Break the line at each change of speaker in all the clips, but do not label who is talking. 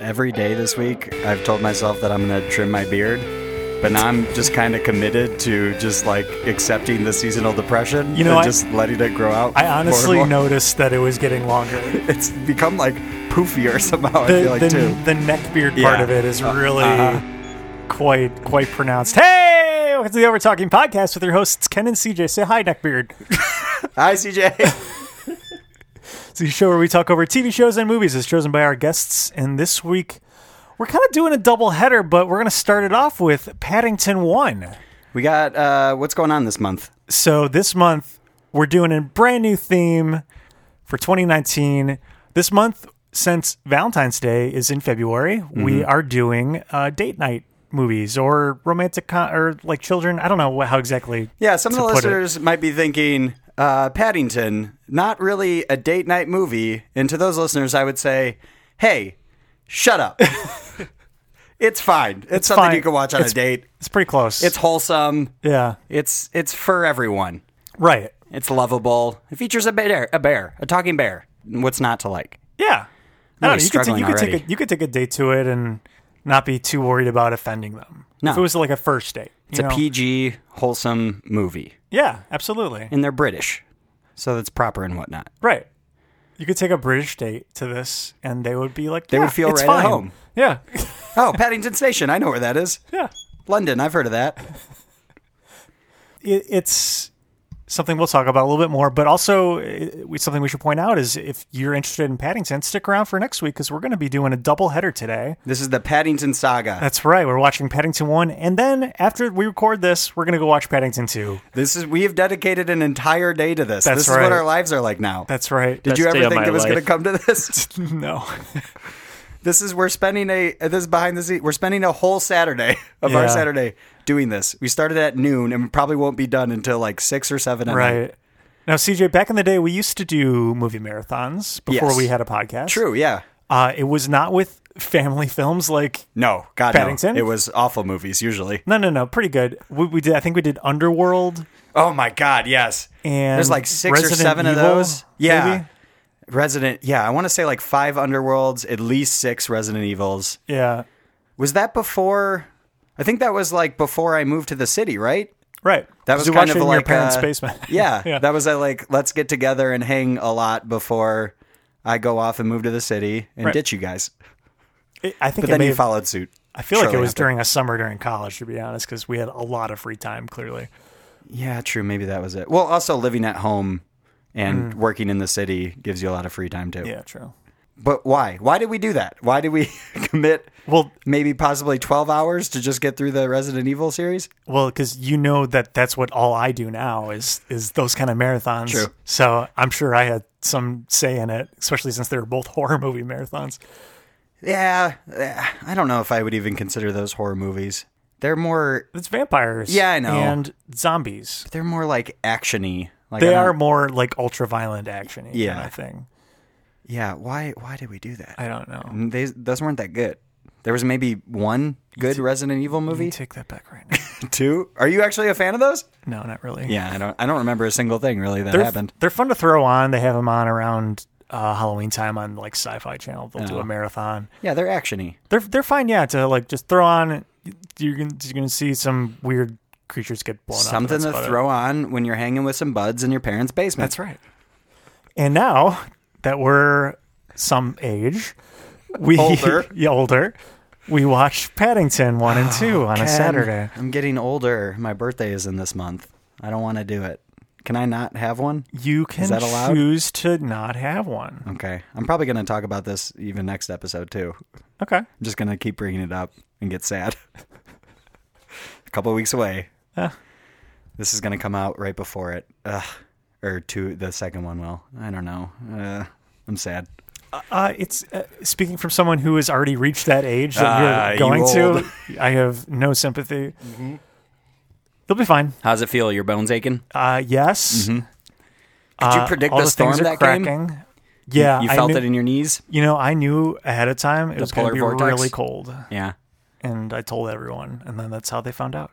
every day this week, I've told myself that I'm going to trim my beard. But now I'm just kind of committed to just like accepting the seasonal depression
You know,
and
I-
just letting it grow out.
I
more and
honestly
more.
noticed that it was getting longer.
it's become like poofier somehow. I
The,
feel like
the,
too.
the neck beard
Yeah.
part of it is
Uh,
really
uh-huh.
quite quite pronounced. Hey, it's the Over Talking podcast with your hosts Ken and CJ. Say hi, neckbeard.
Hi, CJ.
It's the show where we talk over TV shows and movies as chosen by our guests. And this week, we're kind of doing a double header, but we're going to start it off with Paddington 1.
we got uh, what's going on this month?
So this month, we're doing a brand new theme for 2019. This month, since Valentine's Day is in February, we
Mm-hmm.
are doing uh, date night movies or romantic com- or like children. I don't know what, how exactly.
Yeah, some of
to
the
put it.
listeners might be thinking uh, Paddington, not really a date night movie. And to those listeners, I would say, hey, shut up. it's fine. It's, something
fine.
you can watch on
It's-
a date.
It's pretty close.
It's wholesome.
yeah,
It's it's for everyone.
right.
It's lovable. It features a bear, a bear, a talking bear. What's not to like?
Yeah. I don't know.
Really struggling
You could, ta- you, could take
already.
a, you could take a date to it and not be too worried about offending them.
No.
If it was like a first date.
It's a PG wholesome movie,
Yeah, absolutely.
and they're British, so that's proper and whatnot.
Right. You could take a British date to this, and they would be like, they
would feel
it's
right at
fine."
home.
Yeah,
Oh, Paddington Station. I know where that is.
yeah.
London. I've heard of that.
It, it's something we'll talk about a little bit more, but also uh, we, something we should point out is if you're interested in Paddington, stick around for next week because we're going to be doing a double header today.
This is the Paddington Saga.
That's right. We're watching Paddington one, and then after we record this, we're going to go watch Paddington two.
This is we have dedicated an entire day to this.
That's
this is
right.
what our lives are like now.
That's right.
Did you
Best day
ever
of
think
my
it was going to
life.
come to this?
no.
this is we're spending a this is behind the scene. We're spending a whole Saturday of our
Yeah.
Saturday doing this. We started at noon and probably won't be done until like six or seven. at night.
Right. Now, CJ, back in the day, we used to do movie marathons before
Yes.
we had a podcast.
True. Yeah.
Uh, it was not with family films like
No. God.
Paddington?
No. It was awful movies usually.
No, no, no. Pretty good. We, we did. I think we did Underworld
Oh my God. Yes.
and
There's like six
Resident
or seven of
Evil,
those. Yeah.
maybe?
Resident. Yeah. I want to say like five Underworlds, at least six Resident Evils.
Yeah.
Was that before? I think that was like before I moved to the city, right?
Right.
That
'Cause
was
you're
kind of
watching your
like
parents'
uh,
basement.
Yeah,
yeah.
that was a, like let's get together and hang a lot before I go off and move to the city and
Right.
ditch you guys.
It- I
But
think it
then
may
you
have-
followed suit.
I feel like it
shortly
was
after.
during a summer during college, to be honest, because we had a lot of free time. Clearly.
Yeah, true. Maybe that was it. Well, also living at home and working in the city gives you a lot of free time too.
Mm. Yeah. True.
But why? Why did we do that? Why did we commit
Well,
maybe possibly 12 hours to just get through the Resident Evil series?
well, because you know that that's what all I do now is is those kind of marathons.
True.
So I'm sure I had some say in it, especially since they were both horror movie marathons.
Yeah, eh, I don't know if I would even consider those horror movies. They're more
It's vampires.
Yeah, I know.
And zombies.
they're more like actiony. Like I
They
don't-
are more like ultra violent action yeah. kind
Yeah.
of thing.
Yeah, why why did we do that?
I don't know.
Mm, they those weren't that good. There was maybe one good Resident Evil movie.
Take that back right now.
Two? Are you actually a fan of those?
No, not really.
Yeah, I don't. I don't remember a single thing really that
they're,
happened.
They're fun to throw on. They have them on around uh, Halloween time on like Sci-Fi Channel. They'll do
Oh.
a marathon.
Yeah, they're actiony.
They're they're fine. Yeah, to like just throw on. You're gonna, you're gonna see some weird creatures get blown up.
Something
and
to
that's about it.
throw on when you're hanging with some buds in your parents' basement.
That's right. And now that we're some age, we
Older.
yeah, older. We watched Paddington one and two on a Saturday.
I'm getting older. My birthday is in this month. I don't want to do it. Can I not have one?
You can
that allowed?
choose to not have one.
Okay. I'm probably going to talk about this even next episode too. I'm
Okay.
just going to keep bringing it up and get sad. a couple weeks away.
Yeah.
This is going to come out right before it. Ugh. Or two, the second one will. I don't know. Uh, I'm sad.
Uh, it's uh, speaking from someone who has already reached that age that
Ah,
you're going
you old. Mm-hmm.
to. I have no sympathy. They'll be fine.
How's it feel? Your bones aching?
Uh, yes.
Mm-hmm. Could you
Uh,
predict
all
the storm
things are
that came?
cracking. Yeah,
you felt
Uh, I knew,
it in your knees?
you know, I knew ahead of time it was going to
polar
be
vortex?
really cold,
Yeah.
and I told everyone, and then that's how they found out.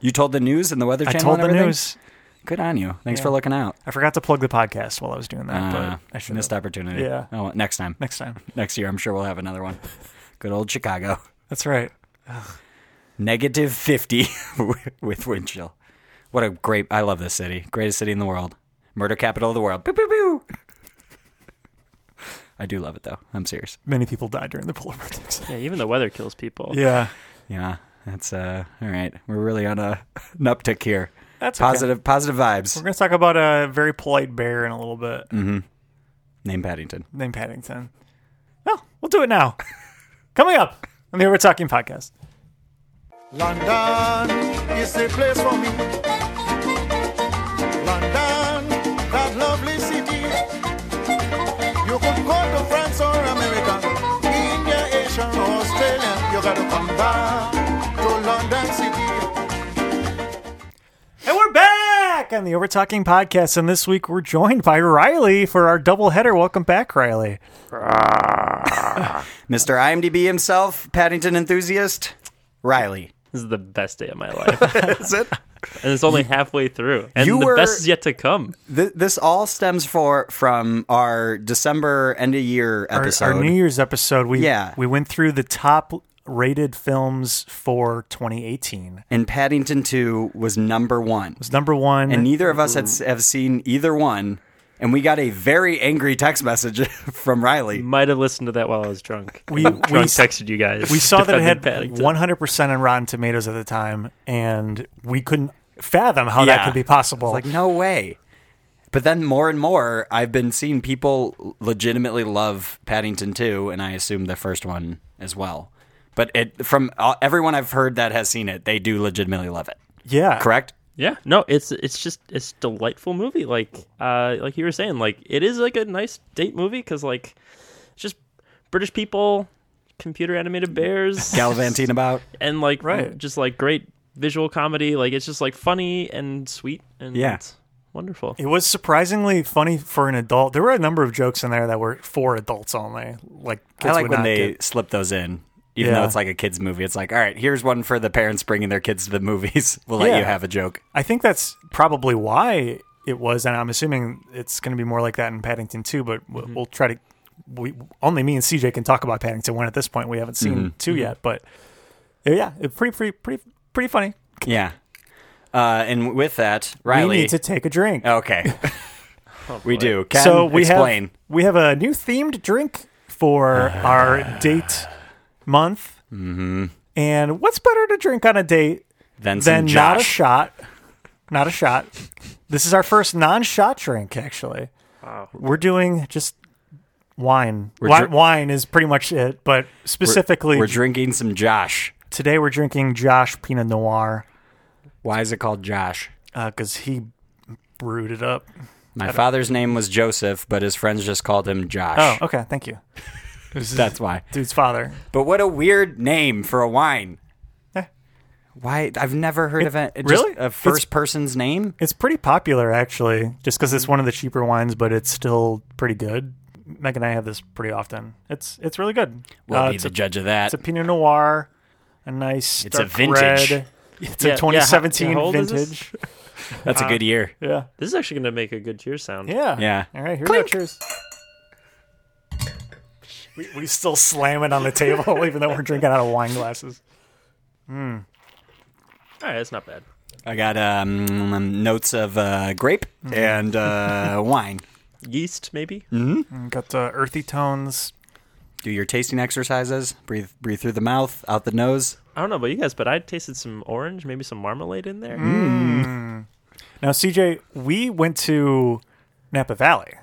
You told the news and the weather
I
channel
told
and
the
everything?
news.
Good on you. Thanks
Yeah.
for looking out.
I forgot to plug the podcast while I was doing that,
Uh,
but I should
missed opportunity.
Yeah.
Oh, well, next time.
next time.
Next year, I'm sure we'll have another one. Good old Chicago.
That's right.
Negative 50 with wind chill. What a great, I love this city. Greatest city in the world. Murder capital of the world. Pew, pew, pew. I do love it though. I'm serious.
Many people died during the polar vortex.
Yeah, even the weather kills people.
yeah.
Yeah, that's uh all right. We're really on a an uptick here.
That's okay.
Positive positive vibes.
We're going to talk about a very polite bear in a little bit
Mm. Name Paddington.
named Paddington. Well, we'll do it now. Coming up on the Over Talking podcast.
London is the place for me. London, that lovely city. You could go to France or America, India, Asia, or Australia. You gotta come back to London City.
And we're back on the Over Talking podcast. And this week we're joined by Riley for our double header. Welcome back, Riley.
Mr. IMDb himself, Paddington enthusiast, Riley.
This is the best day of my life.
Is it?
and it's only halfway through. And
You
the
were-
best is yet to come.
Th- this all stems for from our December end of year
Our,
episode.
our New Year's episode, we,
Yeah.
we went through the top rated films for 2018.
and Paddington 2 was number 1.
It's number one.
And neither of us had, s- have seen either one. And we got a very angry text message from Riley.
Might have listened to that while I was drunk.
We-
drunk
we s-
texted you guys.
we saw that it
defending
had
Paddington.
100% on Rotten Tomatoes at the time, and we couldn't fathom how that
Yeah.
could be possible.
Like, no way. But then more and more, I've been seeing people legitimately love Paddington 2, and I assume the first one as well. But it from uh, everyone I've heard that has seen it, they do legitimately love it.
yeah.
Correct?
Yeah, no, it's it's just it's delightful movie. Like uh, like you were saying, like it is like a nice date movie because like it's just British people, computer animated bears,
Gallivanting about.
and like
Right.
just like great visual comedy. Like it's just like funny and sweet and
Yeah.
it's wonderful.
It was surprisingly funny for an adult. There were a number of jokes in there that were for adults only. Like kids
I like
would
when
not
they
get-
slip those in, even
Yeah.
though it's like a kids movie. It's like, all right, here's one for the parents bringing their kids to the movies. We'll let
Yeah.
you have a joke.
I think that's probably why it was, and I'm assuming it's going to be more like that in Paddington too. But w-
Mm-hmm.
we'll try to. We only me and CJ can talk about Paddington one at this point. We haven't seen
Mm-hmm.
two yet, but yeah, it pretty pretty pretty pretty funny.
Yeah. Uh, and with that, Riley.
We need to take a drink.
okay. we do. Ken,
so we
explain.
have we have a new themed drink for our date month. Ah. Mm-hmm. And what's better to drink on a date
then some
than not a
Josh.
shot? Not a shot. This is our first non-shot drink, actually. We're doing just wine. Wi-
dr-
wine is pretty much it, but specifically
We're drinking some Josh.
today we're drinking Josh Pinot Noir
Why is it called Josh?
because he brewed it up.
My father's name was Joseph, but his friends just called him
Oh,
Josh.
okay, thank you. This is
That's why.
dude's father.
But what a weird name for a wine.
Eh.
Why? I've never heard of it. Just
really?
a
It's-
first person's name?
It's pretty popular actually, just because it's one of the cheaper wines, but it's still pretty good. Meg and I have this pretty often. It's it's really good.
We'll
Uh,
be
it's,
the
a,
judge of that.
it's a Pinot Noir, a nice.
It's a
dark
vintage.
red. It's
Yeah, yeah,
a 2017
how- yeah, how old is this?
vintage.
That's a good year.
Yeah,
This is actually gonna make a good cheer sound.
yeah,
Yeah.
All right, here we go. Cheers. We, we still slam it on the table, even though we're drinking out of wine glasses.
all right, it's not bad.
I got um, um, notes of uh, grape
Mm-hmm.
and uh, wine.
Yeast maybe.
Mm.
Got the earthy tones.
Do your tasting exercises. Breathe, breathe through the mouth, out the nose.
I don't know about you guys, but I tasted some orange, maybe some marmalade in there.
Mm.
Now, CJ, we went to Napa Valley.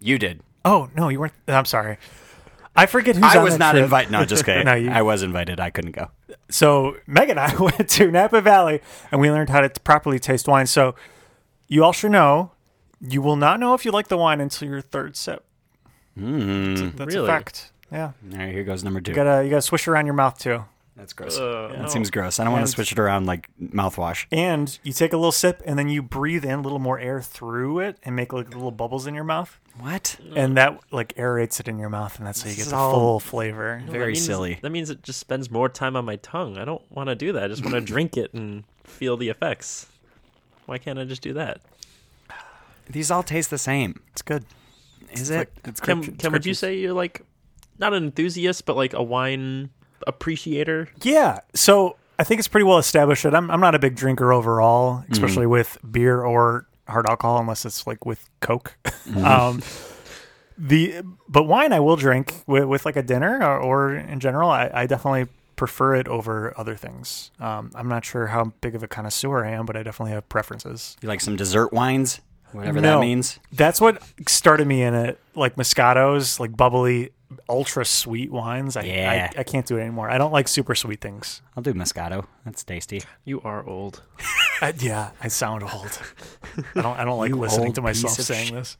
You did.
Oh no, you weren't. I'm sorry. I forget who's
I
on
was
that
not
trip.
invited. No, just kidding.
No, you-
I was invited. I couldn't go.
So Meg and I went to Napa Valley and we learned how to t- properly taste wine. So you all should know you will not know if you like the wine until your third sip.
Hmm.
Mm, That's
Really?
a fact. Yeah,
All right, here goes number two.
you gotta you gotta swish around your mouth too.
That's gross.
Uh,
that
no.
seems gross. I don't want
And-
to switch it around like mouthwash.
And you take a little sip and then you breathe in a little more air through it and make like little bubbles in your mouth,
What?
and that like aerates it in your mouth, and that's how you
This
get
is
the
all-
full flavor.
Very
means-
silly.
That means it just spends more time on my tongue. I don't want to do that. I just want to drink it and feel the effects. Why can't I just do that?
These all taste the same.
It's good.
Is it?
It's
Kim,
good.
Kim would you say you're like not an enthusiast, but like a wine appreciator.
Yeah. So I think it's pretty well established that I'm, I'm not a big drinker
Mm-hmm.
overall, especially with beer or hard alcohol, unless it's like with Coke.
Mm-hmm.
um, the but wine I will drink with, with like a dinner or, or in general. I, I definitely prefer it over other things. Um, I'm not sure how big of a connoisseur I am, but I definitely have preferences.
You like some dessert wines, whatever
No.
that means.
That's what started me in it. Like Moscatos, like bubbly, ultra sweet wines. I,
Yeah.
I I can't do it anymore. I don't like super sweet things.
I'll do Moscato. That's tasty.
You are old.
I, yeah, I sound old. I don't. I don't like
You
listening
old
to myself
piece of
saying
shit.
this.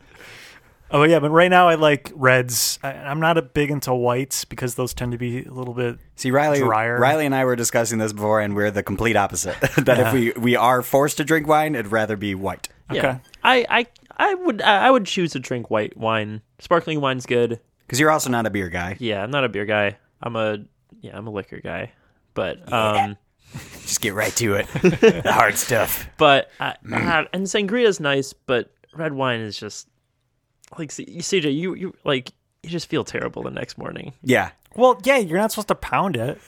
Oh yeah, but right now I like reds. I, I'm not a big into whites because those tend to be a little bit.
See, Riley,
Drier.
Riley and I were discussing this before, and we're the complete opposite. that if we, we are forced to drink wine, it'd rather be white.
Yeah.
Okay.
I, I I would I I would choose to drink white wine. Sparkling wine's good.
Because you're also not a beer guy.
Yeah, I'm not a beer guy. I'm a yeah, I'm a liquor guy. But um
Just get right to it. the hard stuff.
but I, I- and sangria is nice, but red wine is just like C- CJ, you you like you just feel terrible the next morning.
Yeah.
Well, yeah, you're not supposed to pound it.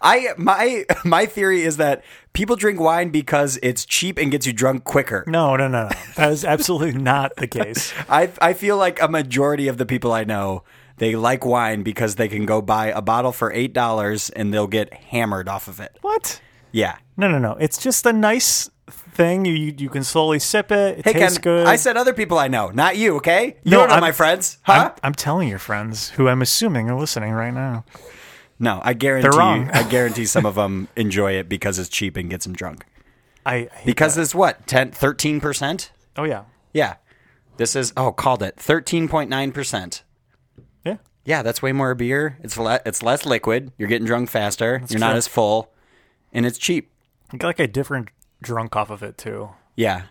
I my my theory is that people drink wine because it's cheap and gets you drunk quicker.
No, no, no, no. That is absolutely not the case.
I I feel like a majority of the people I know they like wine because they can go buy a bottle for eight dollars and they'll get hammered off of it.
What?
Yeah.
No, no, no. It's just a nice thing. You you, you can slowly sip it. It
Hey
tastes
Ken,
good.
I said other people I know, not you. Okay, you
No,
don't know
I'm-
my friends,
I'm,
huh?
I'm telling your friends who I'm assuming are listening right now.
no, I guarantee.
wrong.
I guarantee some of them enjoy it because it's cheap and gets them drunk.
I, I hate
Because it's what 13 percent.
that. oh yeah
Yeah, this is oh called it thirteen point nine percent.
yeah
Yeah, that's way more beer. It's le- it's less liquid. You're getting drunk faster. You're not
true.
as full, and it's cheap.
I get like a different drunk off of it too.
Yeah,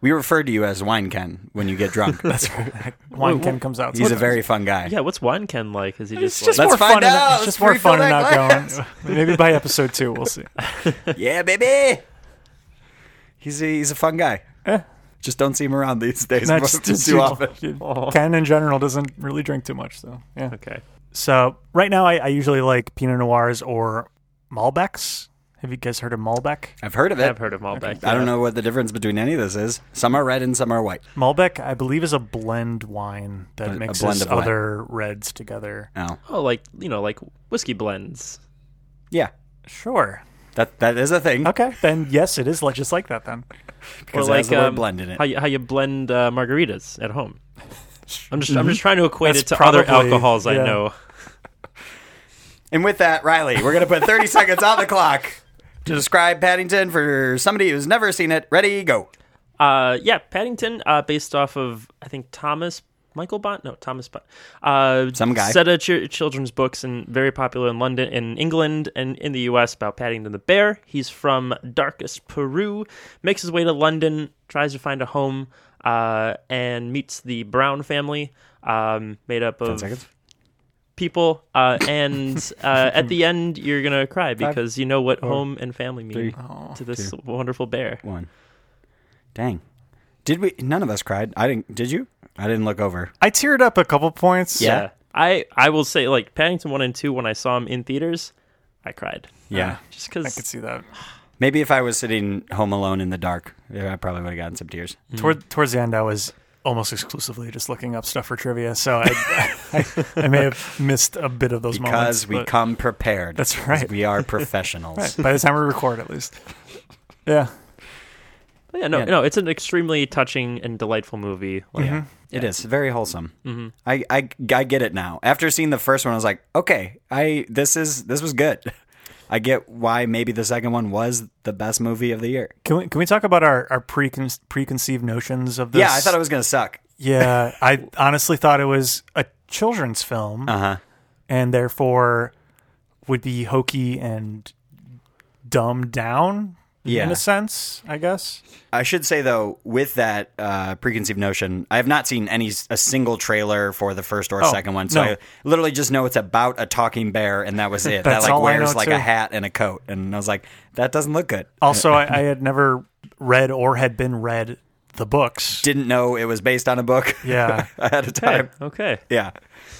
we refer to you as Wine Ken when you get drunk.
That's right. Wine Ken comes out.
He's a very fun guy.
Yeah, what's wine Ken like? Is he just,
It's just
like,
Let's
more
find
fun. and-
out.
It's just
Let's
more fun and
refill
not
that
going. Maybe by episode two, we'll see.
Yeah, baby. He's a, he's a fun guy.
Eh.
Just don't see him around these days
Not
just,
just- just
too
you-
often.
Aw.
Ken in general doesn't really drink too much, though. Yeah.
Oh, okay.
So right now, I, I usually like Pinot Noirs or Malbecs. Have you guys heard of Malbec?
I've heard of it.
I've heard of Malbec.
I don't
yeah.
know what the difference between any of this is. Some are red and some are white.
Malbec, I believe, is a blend wine
a
that
blend
mixes
of what?
other reds together.
Oh,
Oh, like you know, like whiskey blends.
yeah.
Sure.
That that is a thing
Okay. Then yes, it is li- just like that. Then.
because it has the word blend in it.
um, How you, how you blend uh, margaritas at home. I'm just I'm just trying to equate
That's
it to other
probably-
alcohols
yeah.
I know.
And with that, Riley, we're gonna put 30 seconds on the clock to describe Paddington for somebody who's never seen it. Ready, go.
Uh, yeah, Paddington, uh, based off of I think Thomas Michael Bond, no Thomas Bond, uh,
Some guy.
set of ch- children's books and very popular in London, in England, and in the U.S. about Paddington the bear. He's from darkest Peru, makes his way to London, tries to find a home, uh, and meets the Brown family, um, made up of people, uh, and uh, at the end you're gonna cry because you know what home and family mean to this wonderful bear.
One. Dang. Did we? None of us cried. I didn't. Did you? I didn't look over.
I teared up a couple points.
Yeah.
I I will say like Paddington one and two when I saw them in theaters, I cried
Yeah.
just
I could
because
see that.
Maybe if I was sitting home alone in the dark, yeah, I probably would have gotten some tears.
Toward, towards the end, I was almost exclusively just looking up stuff for trivia, so I, I, I may have missed a bit of those moments.
Because we
but
come prepared.
That's
'Cause
right.
We are professionals.
by the time we record, at least. Yeah,
yeah no
Yeah.
no it's an extremely touching and delightful movie. Like,
Mm-hmm.
Yeah. It is very wholesome. I, I I get it now. After seeing the first one, I was like, okay, I this is this was good. I get why maybe the second one was the best movie of the year.
can we can we talk about our our precon- preconceived notions of this?
Yeah, I thought it was gonna suck.
Yeah, I honestly thought it was a children's film,
Uh huh.
and therefore would be hokey and dumbed down.
Yeah.
in a sense, I guess.
I should say though, with that uh, preconceived notion, I have not seen any a single trailer for the first or
Oh,
second one, so
no.
I literally just know it's about a talking bear, and that was it. that
That's
like
all I
wears
know,
like
too. Oh.
a hat and a coat, and I was like, that doesn't look good.
Also, I, I had never read or had been read the books.
Didn't know it was based on a book.
Yeah.
ahead of
Okay,
time.
okay.
Yeah,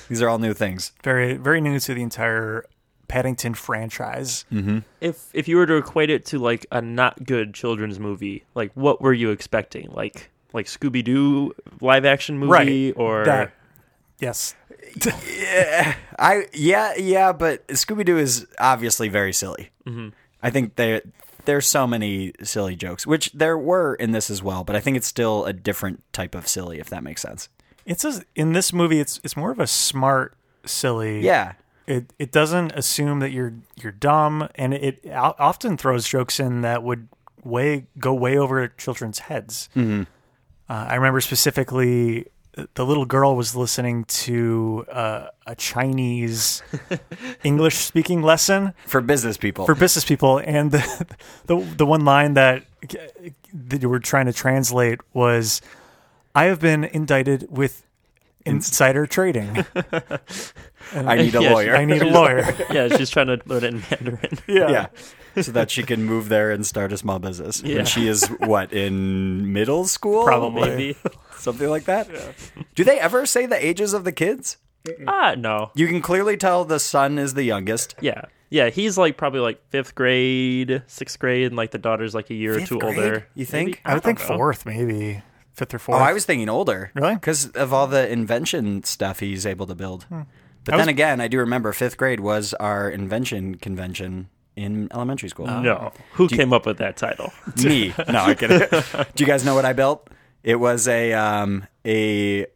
these are all new things.
very very new to the entire Paddington franchise.
Mm-hmm. If if you were to equate it to like a not good children's movie, like what were you expecting? Like like Scooby Doo live action movie or
That- yes,
I yeah yeah, but Scooby Doo is obviously very silly.
Mm-hmm.
I think there there's so many silly jokes, which there were in this as well, but I think it's still a different type of silly, if that makes sense.
it's a, in this movie. It's it's more of a smart, silly.
Yeah,
It it doesn't assume that you're you're dumb, and it, it o- often throws jokes in that would way go way over children's heads.
Mm-hmm.
Uh, I remember specifically uh, the little girl was listening to uh, a Chinese English speaking lesson
for business people.
for business people, and the the, the one line that that you were trying to translate was, "I have been indicted with insider trading.
I need a
Yeah,
lawyer.
I need a lawyer."
yeah, she's trying to put it in Mandarin.
yeah. So that she can move there and start a small business.
Yeah.
And she is what in middle school,
Probably.
Maybe.
something like that. Do they ever say the ages of the kids?
ah, no.
You can clearly tell the son is the youngest.
Yeah. Yeah, he's like probably like fifth grade, sixth grade, and like the daughter's like a year or
Fifth
two
grade?
older.
You think?
I would think
don't know.
fourth, maybe fifth or
Oh,
fourth.
I was thinking older.
Really?
Because of all the invention stuff he's able to build. But
Hmm. I was-
then again, I do remember fifth grade was our invention convention in elementary school.
No. Who came up with that title?
Me. No, I get it. do you guys know what I built? It was a um a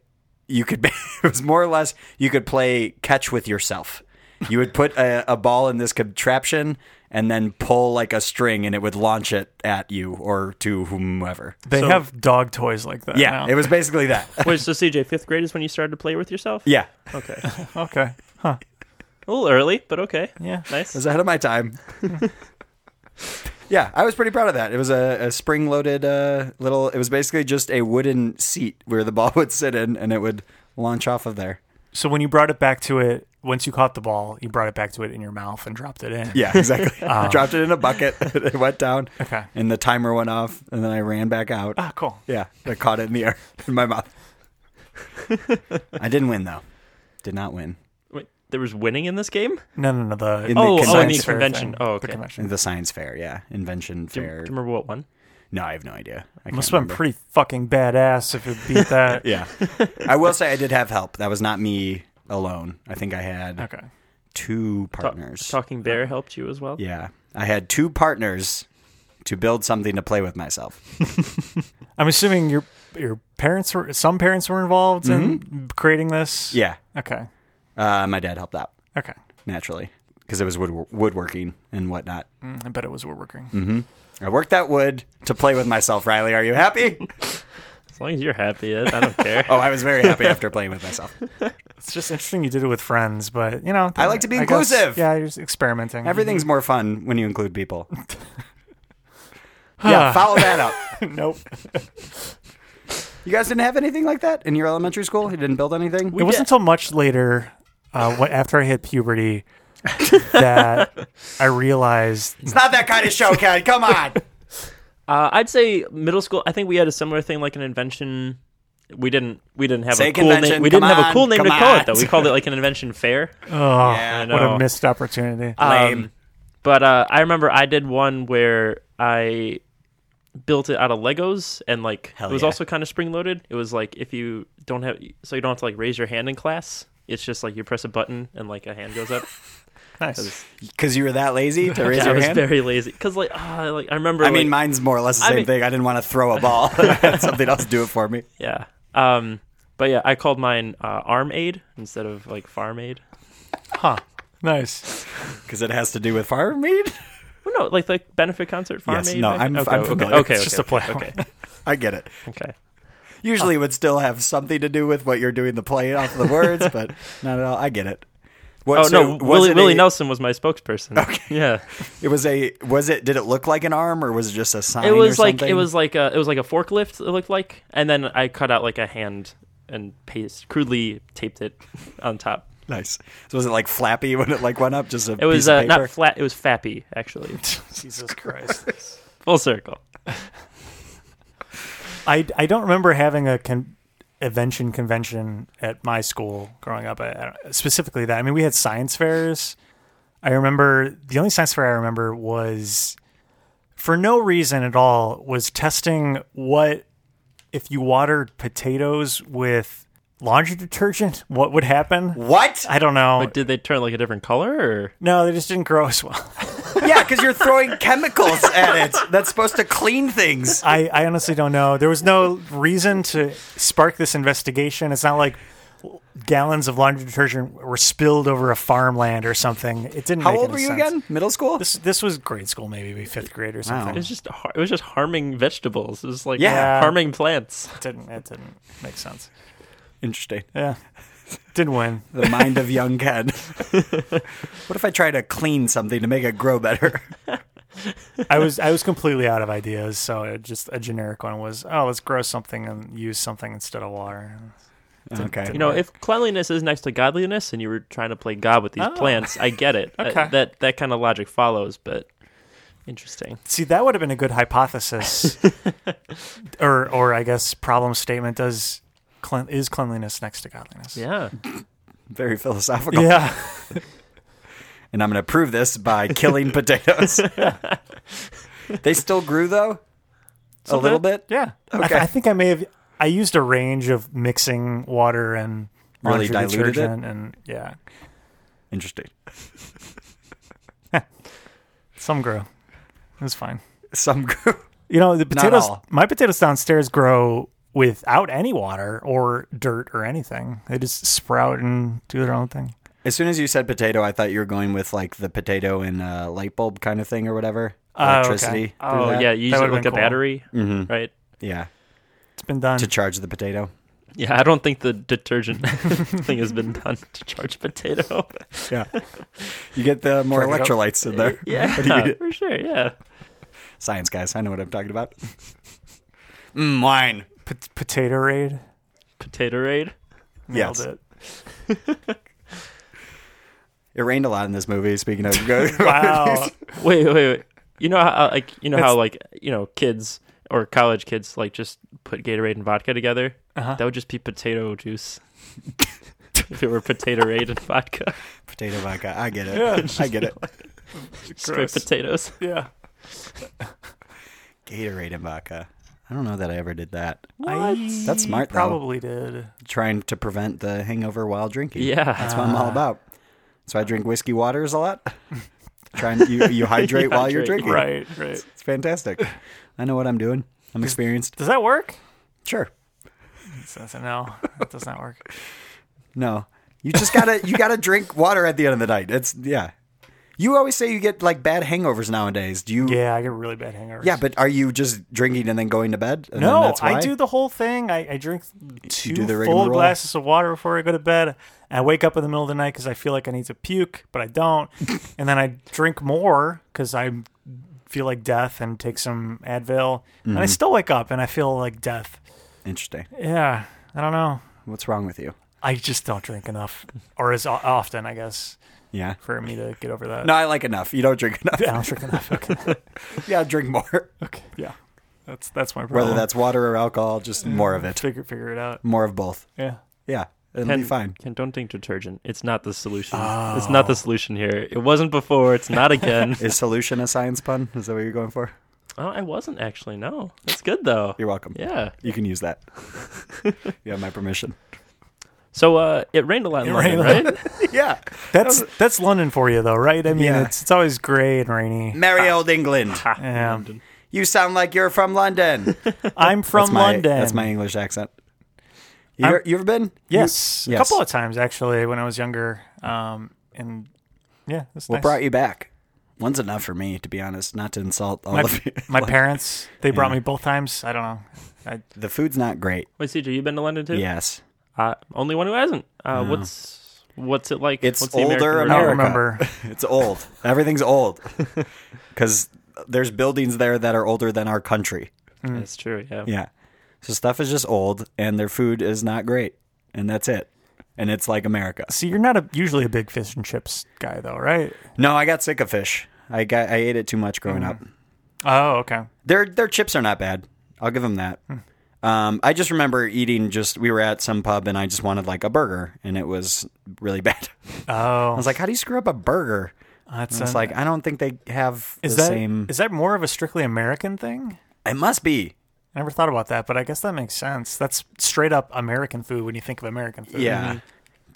you could it was more or less you could play catch with yourself. You would put a, a ball in this contraption and then pull like a string and it would launch it at you or to whomever.
they
so-
have dog toys like that.
Yeah,
now.
it was basically that.
Wait, so CJ, fifth grade is when you started to play with yourself?
yeah.
Okay.
okay. Huh.
A little early, but okay.
Yeah.
Nice.
I was ahead of my time. yeah, I was pretty proud of that. It was a, a spring loaded uh, little, it was basically just a wooden seat where the ball would sit in and it would launch off of there.
So when you brought it back to it, once you caught the ball, you brought it back to it in your mouth and dropped it in.
Yeah, exactly. I dropped it in a bucket. it went down.
Uh. Okay.
And the timer went off and then I ran back out.
Ah, cool.
Yeah, I caught it in the air in my mouth. I didn't win though. Did not win.
Wait, there was winning in this game?
No, no, no. The
In the
Oh, oh, in the
convention
fair
convention.
thing.
Oh,
The
okay.
convention.
The science fair, yeah. Invention
Do you, do
fair.
you remember what one?
No, I have no idea. I
Must
can't
have been
remember.
pretty fucking badass if it beat that.
Yeah. I will say I did have help. That was not me alone. I think I had
Okay.
two
Ta-
partners.
Talking Bear helped you as well?
yeah. I had two partners to build something to play with myself.
I'm assuming your your parents were some parents were involved in creating this.
Mm-hmm. Yeah.
Okay.
Uh, my dad helped out,
Okay.
naturally, because it was wood- woodworking and whatnot.
Mm, I bet it was woodworking.
Mm-hmm. I worked that wood to play with myself, Riley. Are you happy?
As long as you're happy, I I don't care.
Oh, I was very happy after playing with myself.
It's just interesting you did it with friends, but you know
I like to be
guess-
inclusive.
yeah, you're just experimenting.
Everything's more fun when you include people. Yeah, follow that up.
nope.
You guys didn't have anything like that in your elementary school? You didn't build anything?
it wasn't until much later, uh, wh- after I hit puberty, that I realized
It's not that kind of show, Ken. Come on.
Uh, I'd say middle school. I think we had a similar thing, like an invention. We didn't. We didn't have
Say
a cool name.
convention,
We didn't
come
have a cool
on,
name to
come
call
on.
it though. We called it like an invention fair.
Oh, Uh,
Yeah, I
what
know.
a missed opportunity.
Lame.
But uh, I remember I did one where I built it out of Legos and like
Hell
it was
yeah.
also kind of spring loaded. It was like if you don't have, so you don't have to like raise your hand in class. It's just like you press a button and like a hand goes up.
nice.
Because you were that lazy to raise
I
your
was
hand?
very lazy because like ah, like I remember.
I mean,
like-
mine's more or less the
I
same
mean-
thing. I didn't want to throw a ball. I had something else do it for me.
Yeah. Um. But yeah, I called mine uh, Arm Aid instead of like Farm Aid.
Huh. Nice.
Because it has to do with farm aid.
Well, no, like like benefit concert farm
Yes,
aid.
no,
I think?
I'm-
okay,
I'm
okay,
familiar.
Okay,
It's
okay,
just a
okay,
play.
Okay,
I get it.
okay.
Usually it would still have something to do with what you're doing, the play off the words, but not at all. I get it. What,
Oh
so
no,
was
Willie
it
Willie
a-
Nelson was my spokesperson. Okay. Yeah,
It was a, was it, did it look like an arm or was it just a sign?
it was
or
like it
something?
was like a it was like a forklift. It looked like, and then I cut out like a hand and paste crudely taped it on top.
nice. So was it like flappy when it like went up? Just a
It was
piece of
uh, not
paper?
flat. It was fappy actually.
Jesus Christ.
Full circle.
I, I don't remember having a con- invention uh, convention at my school growing up. I, I don't- specifically that. I mean, we had science fairs. I remember the only science fair I remember was for no reason at all was testing what if you watered potatoes with laundry detergent, what would happen?
What?
I don't know.
But did they turn like a different color or
no, they just didn't grow as well.
Yeah, because you're throwing chemicals at it. That's supposed to clean things.
I, I honestly don't know. There was no reason to spark this investigation. It's not like gallons of laundry detergent were spilled over a farmland or something. It didn't.
How
make
old
any
were you
sense.
again? Middle school?
This this was grade school, maybe maybe fifth grade or something.
it was just har- it was just harming vegetables. It was like
Yeah.
harming plants.
It didn't it didn't make sense.
Interesting.
Yeah, didn't win.
The mind of young Ken. what if I try to clean something to make it grow better?
I was I was completely out of ideas. So it just a generic one was oh let's grow something and use something instead of water.
Okay.
You know, if cleanliness is next to godliness and you were trying to play God with these plants, I get it. Uh,
Okay.
that that kind of logic follows, but interesting.
See, that would have been a good hypothesis, or or I guess problem statement. Does clean, is cleanliness next to godliness?
Yeah.
Very philosophical.
Yeah.
And I'm going to prove this by killing potatoes. they still grew, though? A little bit?
Yeah. I,
Okay.
I think I may have. I used a range of mixing water and
Really
laundry
diluted it?
detergent and yeah,
Interesting.
some grew. It was fine.
Some grew.
You know, the potatoes.
all.
My potatoes downstairs grow without any water or dirt or anything. They just sprout and do their own thing.
As soon as you said potato, I thought you were going with like the potato and uh, light bulb kind of thing or whatever.
Oh, okay.
Electricity.
Oh
through that. Mm-hmm.
yeah, you use it
would've
like a
been cool.
battery, right?
Yeah.
It's been done.
To charge the potato.
Yeah, I don't think the detergent thing has been done to charge potato.
Yeah. You get the more
Charge it up.
electrolytes in there.
yeah,
What do you do?
for sure. Yeah,
Science guys, I know what I'm talking about. Mm, wine.
Pot- potato raid.
potato raid.
Nailed
Yes.
it.
It rained a lot in this movie. Speaking of, go-
Wow.
Wait, wait, wait. You know how like you know how
That's-
like you know kids or college kids like just put Gatorade and vodka together.
Uh-huh.
That would just be potato juice. if it were potato raid and vodka,
potato vodka. I get it.
Yeah.
I get it.
straight potatoes.
Yeah.
Gatorade and vodka. I don't know that I ever did that.
I
That's smart, though.
Probably did.
Trying to prevent the hangover while drinking.
Yeah.
that's what I'm
Uh,
all about. So I drink whiskey waters a lot. Trying you you hydrate while you're
hydrate,
drinking.
Right. Right.
It's fantastic. I know what I'm doing. I'm experienced.
Does that work?
Sure.
Says no. That does not work.
No. You just gotta you gotta drink water at the end of the night. It's yeah. You always say you get like bad hangovers nowadays. Do you
Yeah, I get really bad hangovers.
Yeah, but are you just drinking and then going to bed? And then
No,
that's
I
why?
do the whole thing. I, I drink two
do the
full
rigmarole?
glasses of water before I go to bed. And I wake up in the middle of the night because I feel like I need to puke, but I don't. and then I drink more because I feel like death and take some Advil. And
Mm-hmm.
I still wake up and I feel like death.
Interesting.
Yeah, I don't know.
What's wrong with you?
I just don't drink enough, or as o- often, I guess,
Yeah.
for me to get over that.
No, I like enough. You don't drink enough.
I don't drink enough. Okay.
yeah, drink more.
okay. Yeah. That's that's my problem.
Whether that's water or alcohol, just more of it.
figure figure it out.
More of both.
Yeah.
Yeah. It'll
Ken,
be fine.
Ken, don't think detergent. It's not the solution. It's not the solution here. It wasn't before. It's not again.
Is solution a science pun? Is that what you're going for?
oh, I wasn't actually. No, that's good though.
You're welcome.
Yeah.
You can use that. you have my permission.
So uh, it rained a lot in
It
London,
rained
right?
Yeah.
That's that's London for you though, right? I mean,
Yeah.
it's it's always gray and rainy.
Merry old England.
Yeah.
You sound like you're from London.
I'm from
That's my-
London.
That's my English accent. You,
I'm-
ever- you ever been?
yes,
You-
a couple of times actually when I was younger. Um, and yeah, it's
What
nice.
brought you back? One's enough for me, to be honest. Not to insult all
my,
of you.
my
Like,
parents they brought
Yeah.
me both times. I don't know. I,
The food's not great.
Wait, CJ, you've been to London too?
Yes.
Uh, only one who hasn't. Uh, What's what's it like?
It's
what's
older
I
America.
don't
version?
remember.
It's old. Everything's old. Because there's buildings there that are older than our country.
That's true. Yeah.
Yeah. So stuff is just old and their food is not great. And that's it. And it's like America.
So you're not a, usually a big fish and chips guy though, right?
No, I got sick of fish. I got I ate it too much growing up.
Oh, okay.
Their their chips are not bad. I'll give them that.
Hmm.
Um, I just remember eating just we were at some pub and I just wanted like a burger and it was really bad. I
Oh,
was like, how do you screw up a burger?
That's
And it's
an-
like I don't think they have
Uh, is
the
that
same.
is that more of a strictly American thing?
It must be.
I never thought about that, but I guess that makes sense. That's straight up American food when you think of American food. Mm-hmm.
Yeah.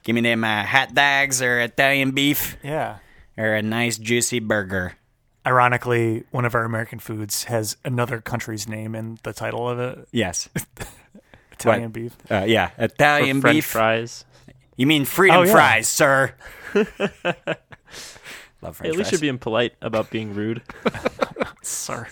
Give me them uh, hot dogs or Italian beef
Yeah.
or a nice juicy burger.
Ironically, one of our American foods has another country's name in the title of it.
Yes.
Italian
Right.
beef.
Uh, yeah,
Or
Italian
French
beef.
fries.
You mean freedom
Oh, yeah.
fries, sir? Love
Hey,
French
at least
fries.
you're being polite about being rude.
Sorry.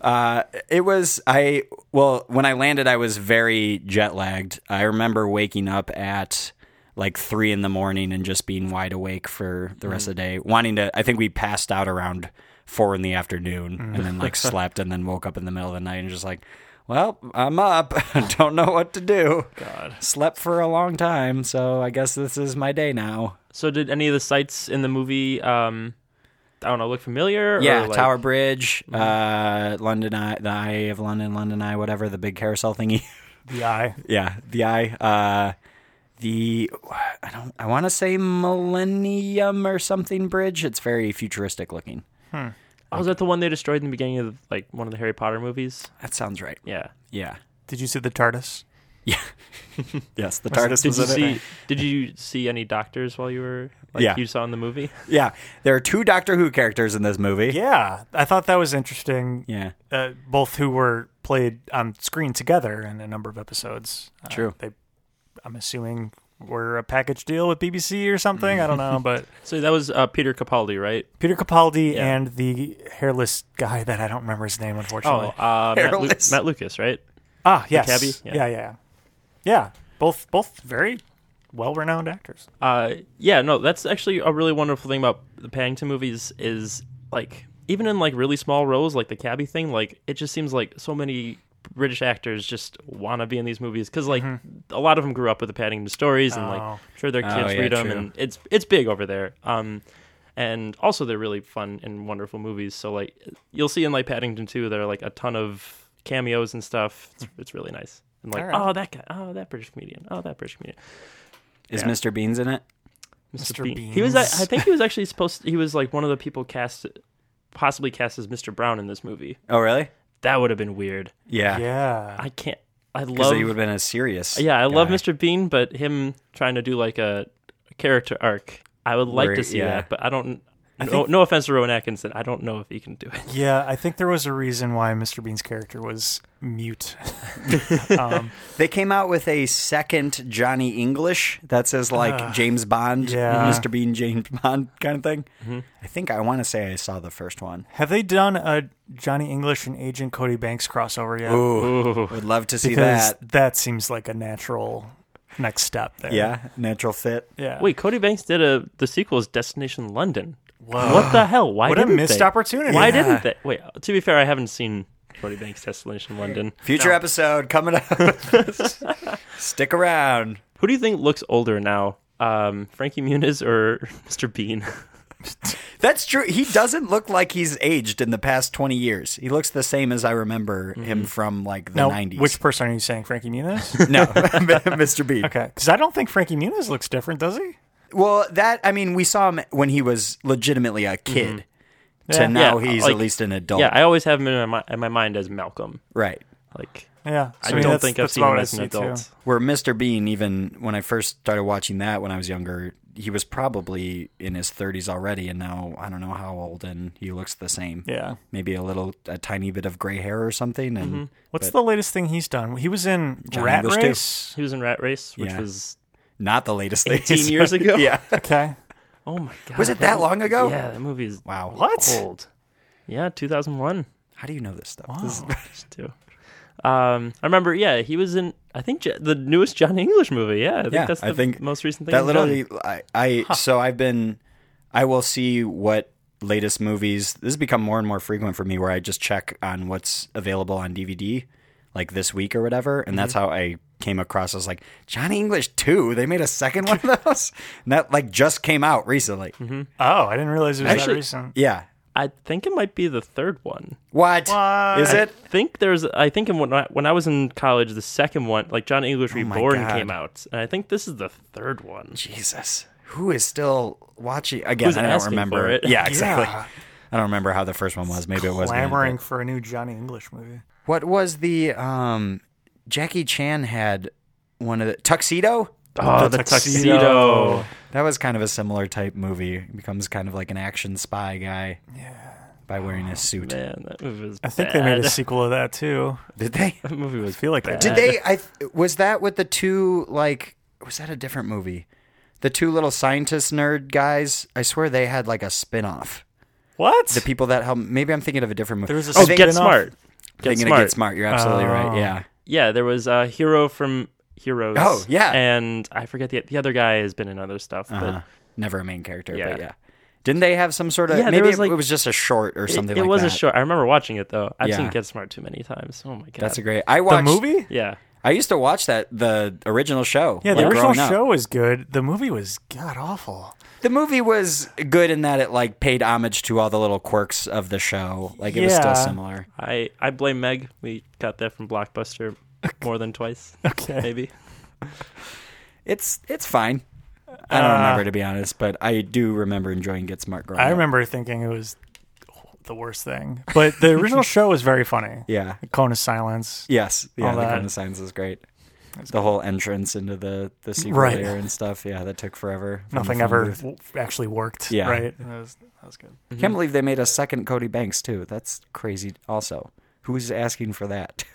Uh, it was I. Well, when I landed, I was very jet lagged. I remember waking up at like three in the morning and just being wide awake for the rest of the day, wanting to. I think we passed out around four in the afternoon
Mm.
and then like slept and then woke up in the middle of the night and just like, well, I'm up. Don't know what to do. God, slept for a long time, so I guess this is my day now.
So, did any of the sites in the movie, um, I don't know, look familiar?
Yeah,
or like, Mm.
Tower Bridge, uh, London Eye, the Eye of London, London Eye, whatever the big carousel thingy.
The eye.
yeah, the Eye. Uh, the I don't. I want to say Millennium or something Bridge. It's very futuristic looking.
Oh, is that the one they destroyed in the beginning of like one of the Harry Potter movies?
That sounds right.
Yeah.
Yeah.
Did you see the TARDIS?
Yeah. yes, the
Was it-
TARDIS
Did
was
you
in it.
see? Did you see any doctors while you were like
Yeah.
you saw in the movie?
Yeah, there are two Doctor Who characters in this movie.
Yeah. I thought that was interesting.
Yeah.
Uh, both who were played on screen together in a number of episodes. Uh,
True.
They, I'm assuming, were a package deal with BBC or something. I don't know, but
So that was uh, Peter Capaldi, right?
Peter Capaldi
Yeah.
and the hairless guy that I don't remember his name,
Oh,
unfortunately.
uh, Matt, Lu-
Hairless.
Matt Lucas, right?
ah, yes,
cabbie?
Yeah.
Yeah.
yeah, yeah, yeah. Both, both very well-renowned actors.
Uh, yeah, no, that's actually a really wonderful thing about the Paddington movies is like even in like really small roles, like the cabbie thing, like it just seems like so many British actors just want to be in these movies because like a lot of them grew up with the Paddington stories and like
Mm-hmm. Oh.
sure their kids
Oh, yeah,
read them
true.
and it's it's big over there. Um, and also they're really fun and wonderful movies. So like you'll see in like Paddington too, there are like a ton of cameos and stuff. It's, it's really nice. And like
Hmm. All right.
oh that guy, oh that British comedian, oh that British comedian.
Is Mr. Bean's in it?
Mr.
Mr. Bean. He was. uh, I
Beans.
I think he was actually supposed. he was like one of the people cast, possibly cast as Mr. Brown in this movie.
Oh, really?
That would have been weird.
Yeah.
Yeah,
I can't. I
Because
love.
he would have been a serious.
yeah, I love
guy.
Mr. Bean, but him trying to do like a character arc. I would like
Where-
to see
yeah.
that, but I don't. no, no offense to Rowan Atkinson. I don't know if he can do it.
yeah. I think there was a reason why Mr. Bean's character was mute. Um,
They came out with a second Johnny English that says like James Bond,
yeah.
Mr. Bean, James Bond kind of thing. I think I want to say I saw the first one.
Have they done a Johnny English and Agent Cody Banks crossover yet?
Ooh, would love to see
because
that.
that. seems like a natural next step there.
Yeah, natural fit.
Yeah.
Wait, Cody Banks did a the sequel is Destination London. What the hell? Why
what a
didn't
missed
they?
opportunity.
Why
Yeah.
didn't they? Wait. To be fair, I haven't seen Cody Banks Destination London.
Future episode coming up. Stick around.
Who do you think looks older now? Um, Frankie Muniz or Mr. Bean?
That's true. He doesn't look like he's aged in the past 20 years. He looks the same as I remember him from like the
Now,
90s.
which person are you saying? Frankie Muniz?
no, Mr. Bean.
Okay, because I don't think Frankie Muniz looks different, does he?
Well, that I mean, we saw him when he was legitimately a kid. To
Yeah.
now
Yeah,
he's
like-
at least an adult,
yeah, I always have him in my, mi- in my mind as Malcolm.
right?
Like,
Yeah,
I,
so mean,
don't
that's-
think I've
that's
seen
about
him
what I
as an
see, too.
adult.
Where Mr. Bean, even when I first started watching that when I was younger, he was probably in his 30s already, and now I don't know how old, and he looks the same.
Yeah.
maybe a little, a tiny bit of gray hair or something. And
Mm-hmm.
What's
but
the latest thing he's done? He was in
Johnny
Rat
English too.
Race.
He was in Rat Race, which
Yeah.
was
not the latest thing.
18 years ago.
yeah,
Okay.
Oh my god.
was it that long ago?
Yeah, that movie is
Wow.
What?
old. Yeah, 2001.
How do you know this stuff? This is-
Just two. Um, I remember. Yeah, he was in. I think J- the newest John English movie. Yeah, I think
Yeah,
that's the
I think
most recent thing.
that
he's
literally
done.
i, I so i've been i will see what latest movies this has become more and more frequent for me where i just check on what's available on dvd like this week or whatever and that's
Mm-hmm.
how i came across I was like johnny english 2 they made a second one of those and that like just came out recently
Mm-hmm.
Oh, I didn't realize it was
Actually-
that recent.
yeah
I think it might be the third one.
what is
What?
it
think there's I think in when I, when I was in college the second one like John English
my
Reborn
God.
came out and I think this is the third one.
jesus Who is still watching? Again,
Who's
I don't
asking
remember.
for it?
Yeah, exactly.
Yeah.
I don't remember how the first one was. Maybe it was good,
Clamoring
but-
for a new Johnny English movie.
What was the um? Jackie Chan had one of the tuxedo.
Oh, the,
The
tuxedo.
tuxedo.
That was kind of a similar type movie. He becomes kind of like an action spy guy. Yeah. By wearing a suit.
Oh, Man, that movie was.
I think they made a
bad.
sequel of that too.
Did they?
That movie was.
I feel like they
bad.
Did they? I th- was that with the two like was that a different movie? The two little scientist nerd guys. I swear they had like a spin-off.
What?
The people that help. Maybe I'm thinking of a different movie.
There was a
oh,
Oh,
They-
get
spin-off?
smart. Get
thinking
smart.
of Get Smart. You're absolutely
Oh.
right. Yeah.
Yeah, there was a hero from Heroes.
Oh, yeah.
and I forget the the other guy has been in other stuff,
Uh-huh.
but
Never a main character,
Yeah.
but yeah. Didn't they have some sort of?
Yeah, there
maybe
was,
it,
like-
it was just a short or
it-
something.
It,
like
was
that.
a short. I remember watching it though. I've seen
Yeah.
Get Smart too many times. Oh my god,
That's a great. I watched
movie?
yeah.
I used to watch that the original show.
Yeah, the
like,
original
growing up.
show was good. The movie was god awful.
The movie was good in that it like paid homage to all the little quirks of the show. Like it was
Yeah.
still similar.
I I blame Meg. We got that from Blockbuster more than twice,
Okay.
maybe.
It's it's fine. I don't
Uh,
remember to be honest, but I do remember enjoying Get Smart Girl.
I remember thinking it was the worst thing. But the original show was very funny.
Yeah.
Cone of Silence.
Yes. Yeah.
All
the
that.
kind of signs is great. The whole entrance into the the secret
Right.
layer and stuff. Yeah, that took forever. from the
Nothing
phone
ever
booth.
w- actually worked.
Yeah.
Right. That was, that was good.
Can't believe they made a second Cody Banks too. That's crazy. Also, who's asking for that?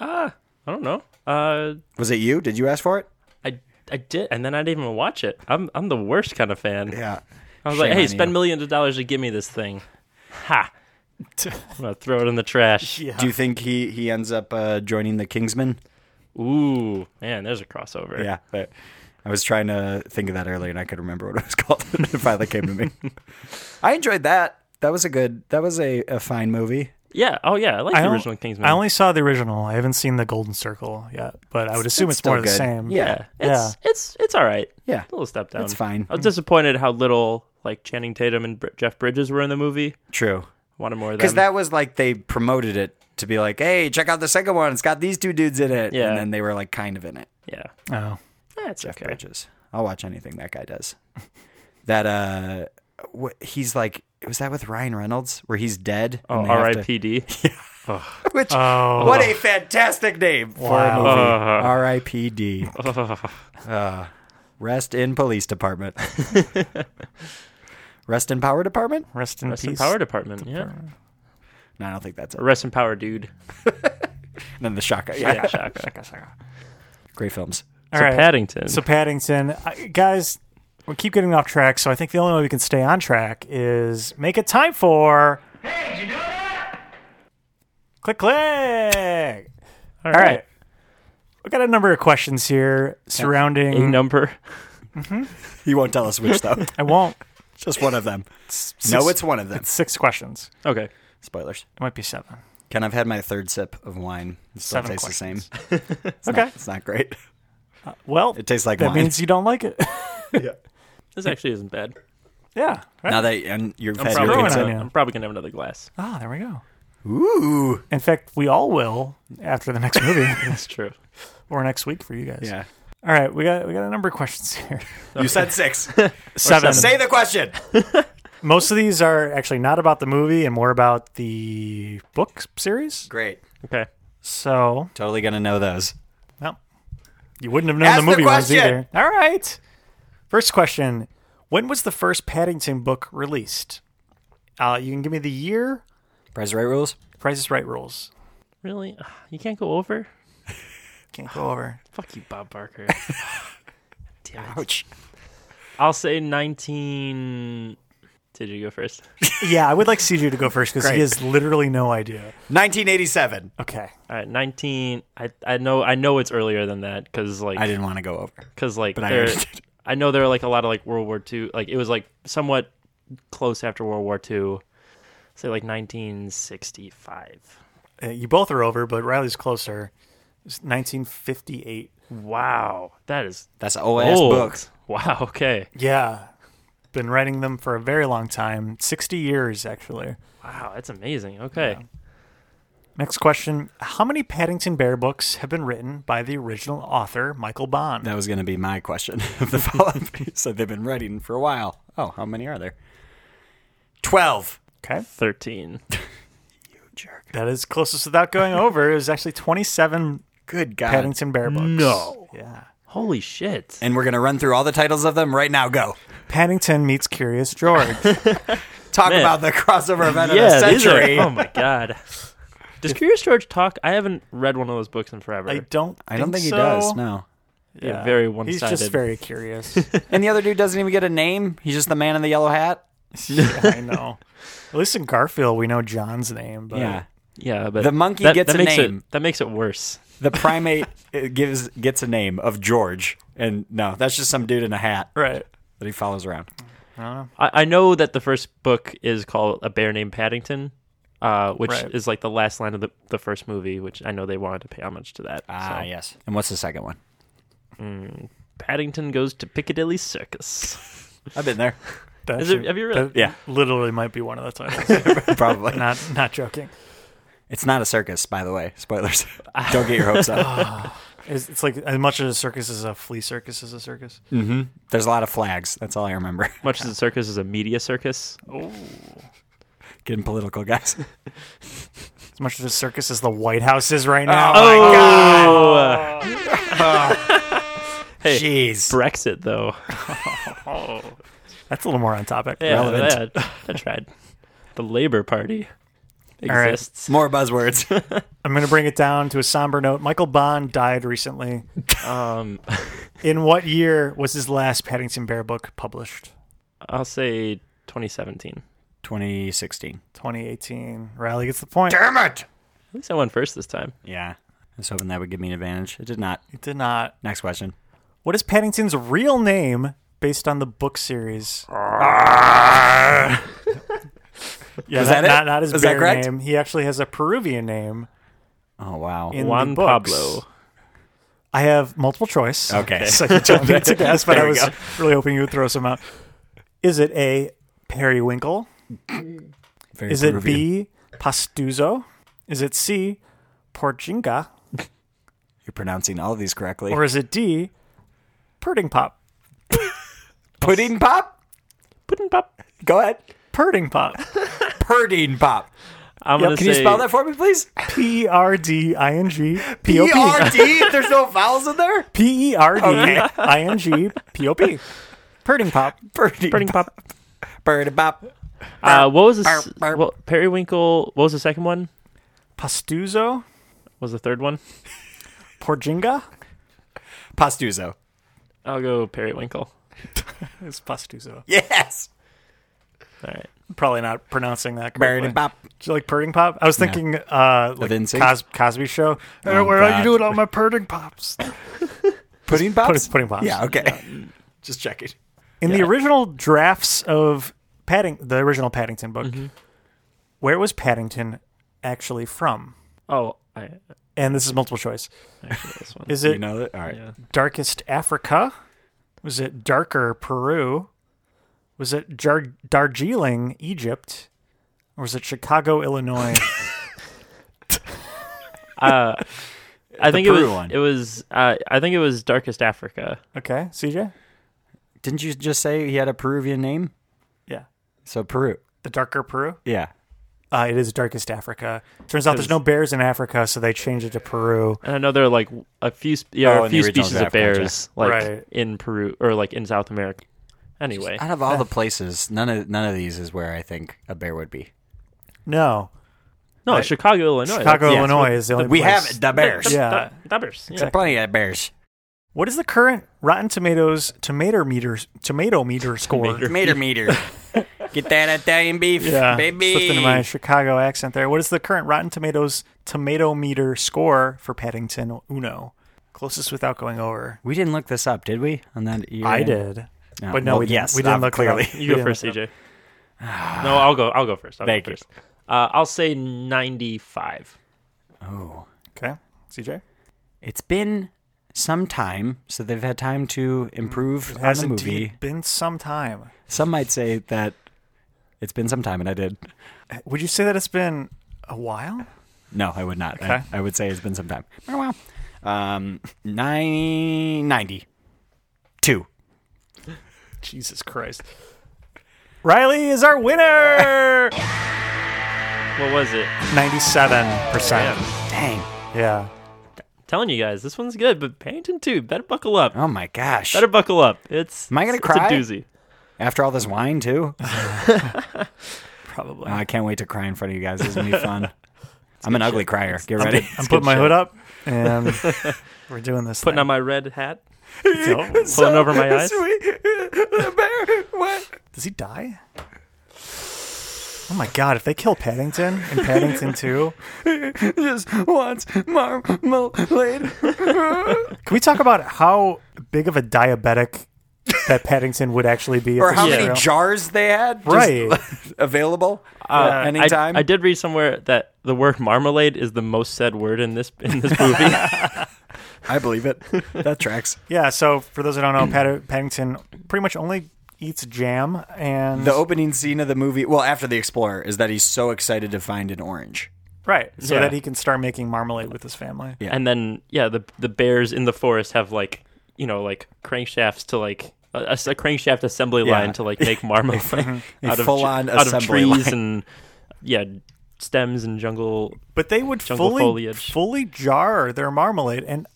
Ah, I don't know. Uh,
Was it you? Did you ask for it?
I I did, and then I didn't even watch it. I'm I'm the worst kind of fan.
Yeah.
I was like, hey, spend millions of dollars to give me this thing. Ha! I'm gonna throw it in the trash.
Yeah.
Do you think he he ends up uh, joining the Kingsmen?
Ooh, man, there's a crossover.
Yeah. But I was trying to think of that earlier, and I could remember what it was called. it finally came to me. I enjoyed that. That was a good. That was a, a fine movie.
Yeah. Oh yeah, I like
I,
the
on-
original Kingsman.
I only saw the original. I haven't seen the Golden Circle yet, but I would assume it's,
it's still
more of the
good.
same.
Yeah.
yeah. It's it's it's all right.
Yeah.
A little step down.
It's fine.
I was disappointed how little like Channing Tatum and Br- Jeff Bridges were in the movie.
True.
Wanted more of them.
Because that was like they promoted it to be like, hey, check out the second one. It's got these two dudes in it.
Yeah.
And then they were like kind of in it.
yeah.
Oh.
That's
Jeff
okay.
Bridges. I'll watch anything that guy does. that uh, what he's like. Was that with Ryan Reynolds where he's dead?
Oh,
and they have to-
R.I.P.D.
Which
Oh.
what a fantastic name for a
Wow.
movie.
Uh.
R.I.P.D. Uh, rest in police department. rest in power department.
Rest in
Rest
peace.
in Power Department. Yeah.
No, I don't think that's it.
Rest in Power, dude.
And then the shotgun. Yeah,
Yeah. Shaka.
Shaka, shaka.
great films.
All
so
right.
Paddington.
So Paddington, I, guys, we keep getting off track. So I think the only way we can stay on track is make it time for. Hey, did you do that? Click, click. All right. We got a number of questions here
A
surrounding.
number.
You won't tell us which though.
I won't.
Just one of them.
Six,
No, it's one of them.
six questions.
Okay.
Spoilers.
It might be seven.
Ken, I've had my third sip of wine. It still
Seven
tastes
questions.
the same.
okay.
It's not great.
Well,
It tastes like
that
wine.
means you don't like it.
This actually isn't bad.
yeah. Right.
now that and you've
I'm
had
probably,
your
ruining
pizza.
it.
gonna, I'm probably gonna have another glass.
ah, there we go.
Ooh.
In fact, we all will after the next movie
That's true.
or next week for you guys.
Yeah.
All right, we got we got a number of questions here.
You said six.
Seven.
Say the question.
Most of these are actually not about the movie and more about the book series.
Great.
Okay.
So,
Totally gonna know those.
no, you wouldn't have known
Ask
the
the
movie ones
question!
either. All right. First question: When was the first Paddington book released? Uh, you can give me the year.
Price right rules.
Price is Right rules.
Really? Ugh, You can't go over?
Can't go over.
Fuck you, Bob Barker. Damn it.
Ouch.
I'll say 19. Did you go first?
Yeah, I would like CJ to go first because he
Great.
has literally no idea.
1987.
Okay.
All right, 19. I I know I know it's earlier than that because like
I didn't want to go over.
because like
But I
there,
understood.
I know there are like a lot of like World War II. Like it was like somewhat close after World War II. Say like 1965.
Uh, you both are over, but Riley's closer. It's 1958.
Wow, that is
That's an old ass
Oh.
old.
book.
Oh, Wow. Okay.
Yeah. Been writing them for a very long time 60 years, actually.
Wow, that's amazing. Okay.
Next question How many Paddington Bear books have been written by the original author, Michael Bond?
That was going to be my question of the follow up. so they've been writing for a while. Oh, how many are there? 12.
Okay.
13.
That is closest without going over. It was actually 27
Good God.
Paddington Bear books.
No.
Yeah.
Holy shit.
And we're going to run through all the titles of them right now. Go.
Paddington meets Curious George.
Talk
Man.
about the crossover event
yeah,
of the
these are-
century.
oh my god. Does Curious George talk? I haven't read one of those books in forever.
I don't
I don't think he
so.
does. No.
yeah, very one
He's
sided.
just very curious.
And the other dude doesn't even get a name. He's just the man in the yellow hat.
yeah, I know. At least in Garfield, we know John's name. But
Yeah.
yeah, but
The monkey
that,
gets
that
a
makes
name.
It, that makes it worse.
The primate uh, gives gets a name of George. And no, that's just some dude in a hat
Right.
that he follows around.
I, I know that the first book is called A Bear Named Paddington, uh, which
Right.
is like the last line of the, the first movie, which I know they wanted to pay homage to that.
Ah,
so. mm,
yes. And what's the second one?
Paddington goes to Piccadilly Circus.
I've been there.
That
Is it- have you really-
that
Yeah.
Literally might be one of the titles.
Probably.
not not joking.
It's not a circus, by the way. Spoilers. Don't get your hopes up.
It's, it's like as much as a circus is a flea circus is a circus.
Mm-hmm. There's a lot of flags. That's all I remember.
Much as the circus is a media circus.
Getting political, guys.
As much as a circus as the White House is right
Oh
now.
Oh. Uh. Hey,
Jeez.
Brexit though.
That's a little more on topic.
Yeah,
Relevant.
that- I tried. The Labor Party
right.
exists.
More buzzwords.
I'm going to bring it down to a somber note. Michael Bond died recently.
Um,
In what year was his last Paddington Bear book published?
I'll say 2017.
2016.
2018. Riley gets the point.
Damn it!
At least I won first this time.
Yeah. I was hoping that would give me an advantage. It did not.
It did not.
Next question.
What is Paddington's real name based on the book series? yeah,
Was
not,
that it?
Not, not his
Was that
bear
correct?
name. He actually has a Peruvian name.
Oh, wow.
In- the
Juan
books.
Pablo.
I have multiple choice.
Okay.
So you don't need to guess, but
There
I
we
was
go.
really hoping you would throw some out. Is it A, periwinkle?
Very
Is it
Peruvian.
B, pastuzo? Is it C, porchinga?
You're pronouncing all of these correctly.
Or is it D, purting pop?
pudding pop?
Pudding pop.
Go ahead.
Purting pop.
Pudding pop.
I'm gonna
Can
say
you spell that for me, please?
P R D I N G P O P.
P-R-D? There's no vowels in there?
P E R D I N G P O P. Purting pop.
Pudding,
pudding pop.
Pudding pop.
Uh, what was the
Burp,
s-
burp.
well, periwinkle? What was the second one?
Pastuzo?
What was the third one?
Porjinga?
Pastuzo.
I'll go periwinkle.
It's pastuzo.
Yes.
All right.
Probably not pronouncing that correctly.
Pudding pop.
Do you like Purring Pop? I was thinking uh, like
NSYNC?
Cos- Cosby Show. Um,
Oh,
Uh, where are
God.
you doing all my Purring Pops?
Pudding pops?
Oh, Pudding- pudding pops.
Yeah, okay. Just checking.
In the original drafts of Padding- the original Paddington book,
Mm-hmm.
where was Paddington actually from?
Oh, I
And this is multiple choice.
actually this one.
Is it
You know that? All right.
Yeah.
Darkest Africa? Was it Darker Peru? Was it Jar- Darjeeling, Egypt? Or was it Chicago, Illinois?
Uh, I think it
Peru
was.
one.
It was. Uh, I think it was Darkest Africa.
okay, CJ?
Didn't you just say he had a Peruvian name?
Yeah.
So Peru.
The Darker Peru?
Yeah.
Uh, it is Darkest Africa. Turns out there's no bears in Africa, so they changed it to Peru.
And I know there are like a few, sp- yeah,
Oh,
a
in the
few
original
species of
draft, gotcha.
bears like
Right.
in Peru or like in South America. Anyway,
Out of all the places, none of none of these is where I think a bear would be.
No,
no, Chicago, Illinois.
Chicago,
yeah,
Illinois is the only
we
place.
have the bears.
Yeah.
Dubbers. Yeah.
Plenty of bears.
What is the current Rotten Tomatoes tomato meter tomato meter score?
Meter meter. Get that Italian beef,
Yeah,
baby.
slipped into my Chicago accent there. What is the current Rotten Tomatoes tomato meter score for Paddington Uno? Closest without going over.
we didn't look this up, did we? On that year
I
end?
did,
No.
but no,
Well,
we didn't.
yes,
we didn't
uh,
look it up.
clearly.
We
You go
didn't
first,
look it up.
CJ. no, I'll go. I'll go first. I'll
Ah. Thank
go
you.
first. Uh, I'll say ninety-five.
Oh,
Okay, CJ.
it's been some time, so they've had time to improve on
Has
the movie.
indeed been some time.
Some might say that it's been some time, and I did.
Would you say that it's been a while?
No, I would not. I-
Okay.
I, would say it's been some time. Wow. Um, nine- 90. Two.
Jesus Christ.
Riley is our winner.
What was it?
Ninety-seven percent.
Damn.
Dang.
Yeah.
Telling you guys, this one's good, but Paddington 2, better buckle up.
Oh my gosh.
Better buckle up. It's
Am I gonna
it's
cry?
a doozy.
After all this wine, too? Oh,
Probably.
I can't wait to cry in front of you guys. This is going to be fun. I'm an ugly crier. Get ready.
I'm putting my hood up, and we're doing this.
Putting
thing.
on my red hat,
So-
pulling over my eyes.
Does he die? Oh my god, if they kill Paddington and Paddington 2.
just wants marmalade.
Can we talk about how big of a diabetic that Paddington would actually be? if
Or
this
how
was
many
real?
jars they had just
Right.
available at any
Uh, I-
time.
I, did read somewhere that the word marmalade is the most said word in this in this movie.
I believe it. That tracks.
Yeah, so for those who don't know, Pad- Paddington pretty much only eats jam and.
The opening scene of the movie, well, after the explorer, is that he's so excited to find an orange.
right, so
Yeah.
that he can start making marmalade with his family.
Yeah.
and then yeah, the the bears in the forest have like you know like crankshafts to like a, a s- a crankshaft assembly
Yeah.
line to like make marmalade
a
out of
full-on
tr- out of
assembly
trees
line.
and yeah stems and jungle.
But they would
Jungle
fully
foliage.
fully jar their marmalade. And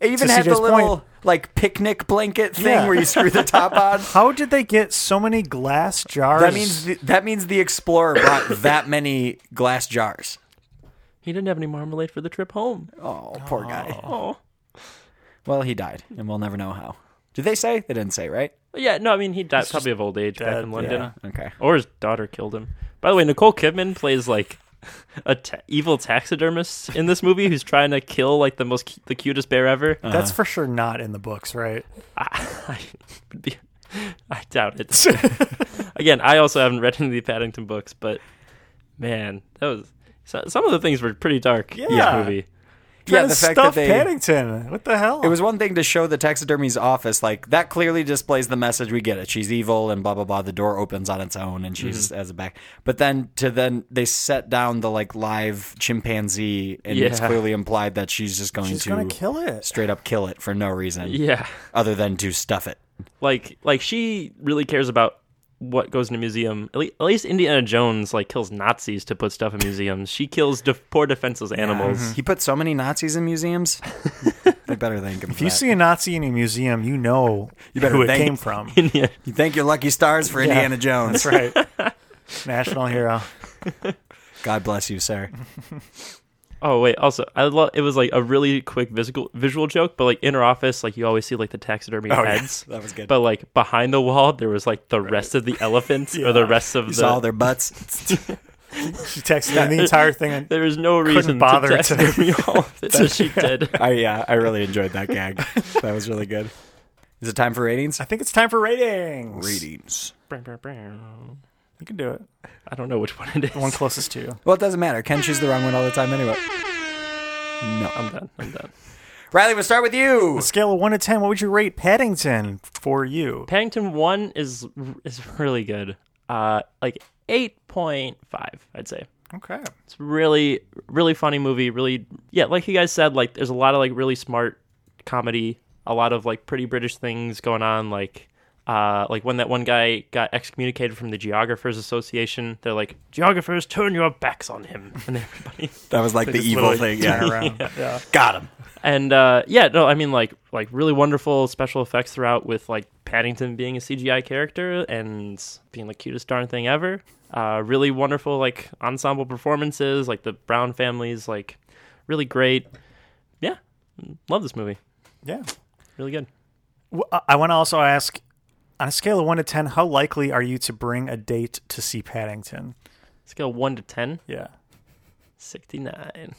It even
To
had the
CJ's point-
little like picnic blanket thing
Yeah.
where you screw the top on.
how did they get so many glass jars?
That means the, that means the explorer brought that many glass jars.
He didn't have any marmalade for the trip home.
Oh, poor guy.
Oh.
Well, he died, and we'll never know how. Did they say? They didn't say, right?
Yeah, no, I mean he died probably of old age back
dead,
in London,
yeah.
Okay.
or his daughter killed him. By the way, Nicole Kidman plays like a ta- evil taxidermist in this movie who's trying to kill like the most cu- the cutest bear ever.
uh,
That's for sure not in the books, right?
I, would be- I doubt it. Again, I also haven't read any of the Paddington books, but man, that was so, some of the things were pretty dark in
Yeah.
this movie.
Yeah,
Trying
the
to
fact that
stuff
they.
Paddington. What the hell?
It was one thing to show the taxidermy's office, like that clearly displays the message we get it. She's evil and blah blah blah. The door opens on its own and she's
Mm-hmm.
as a back. But then to then they set down the like live chimpanzee and it's
Yeah.
clearly implied that she's just going
She's
to
gonna kill it.
straight up kill it for no reason
Yeah,
other than to stuff it.
like like she really cares about what goes in a museum. At least, at least Indiana Jones like kills Nazis to put stuff in museums. She kills def- poor defenseless animals.
Mm-hmm.
He put so many Nazis in museums. they better thank him.
If you see a Nazi in a museum, you know
You better
who it
thank-
came from.
yeah.
you thank your lucky stars for Indiana Jones.
That's right. National hero.
God bless you, sir.
Oh wait, also I love it was like a really quick visual visual joke, but like in her office, like you always see like the taxidermy
Oh, yeah.
heads.
That was good.
But like behind the wall, there was like the rest of the elephants or the rest of
You
the.
saw their butts.
She texted me the entire thing. And,
there was no reason
bother
to
to-
taxidermy all of it, so she did.
I yeah, I really enjoyed that gag. That was really good. Is it time for ratings?
I think it's time for ratings.
Ratings.
I
You can do it.
don't know which one it is.
The one closest to you.
Well, it doesn't matter. Ken chooses the wrong one all the time anyway. No.
I'm done. I'm done.
Riley, we'll start with you.
A scale of one to ten, what would you rate Paddington for you?
Paddington One is is really good. Uh, like eight point five, I'd say.
Okay.
It's really really funny movie. Really, yeah, like you guys said, like there's a lot of like really smart comedy, a lot of like pretty British things going on, like. Uh, like when that one guy got excommunicated from the Geographers Association, they're like, "Geographers, turn your backs on him!" And everybody
That was like the evil thing. Yeah.
yeah. yeah.
Got him.
and uh, yeah, no, I mean like like really wonderful special effects throughout with like Paddington being a CGI character and being the cutest darn thing ever. Uh, really wonderful like ensemble performances, like the Brown family's like really great. Yeah, love this movie.
Yeah.
Really good.
Well, uh, I- I want to also ask, on a scale of one to ten, how likely are you to bring a date to see Paddington?
Scale one to 10,
Yeah.
69.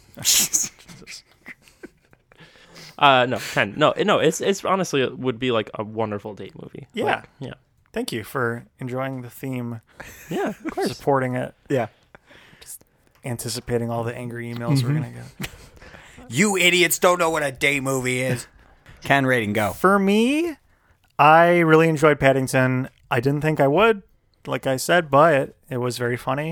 Uh, no, ten. No, no. It's it's honestly it would be like a wonderful date movie.
Yeah.
Like, yeah,
Thank you for enjoying the theme,
yeah. Of course.
supporting it,
Yeah.
anticipating all the angry emails we're gonna get.
You idiots don't know what a day movie is. Ken, rating, go.
For me, I really enjoyed Paddington. I didn't think I would, like I said, but it was very funny.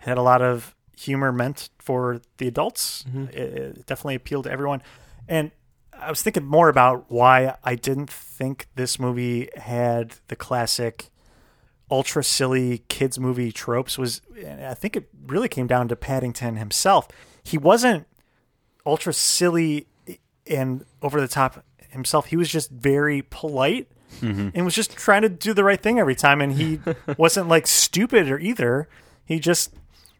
It had a lot of humor meant for the adults. It, it definitely appealed to everyone. And I was thinking more about why I didn't think this movie had the classic ultra silly kids movie tropes was and I think it really came down to Paddington himself. He wasn't ultra silly and over the top himself. He was just very polite
Mm-hmm.
and was just trying to do the right thing every time. And he wasn't like stupid or either. He just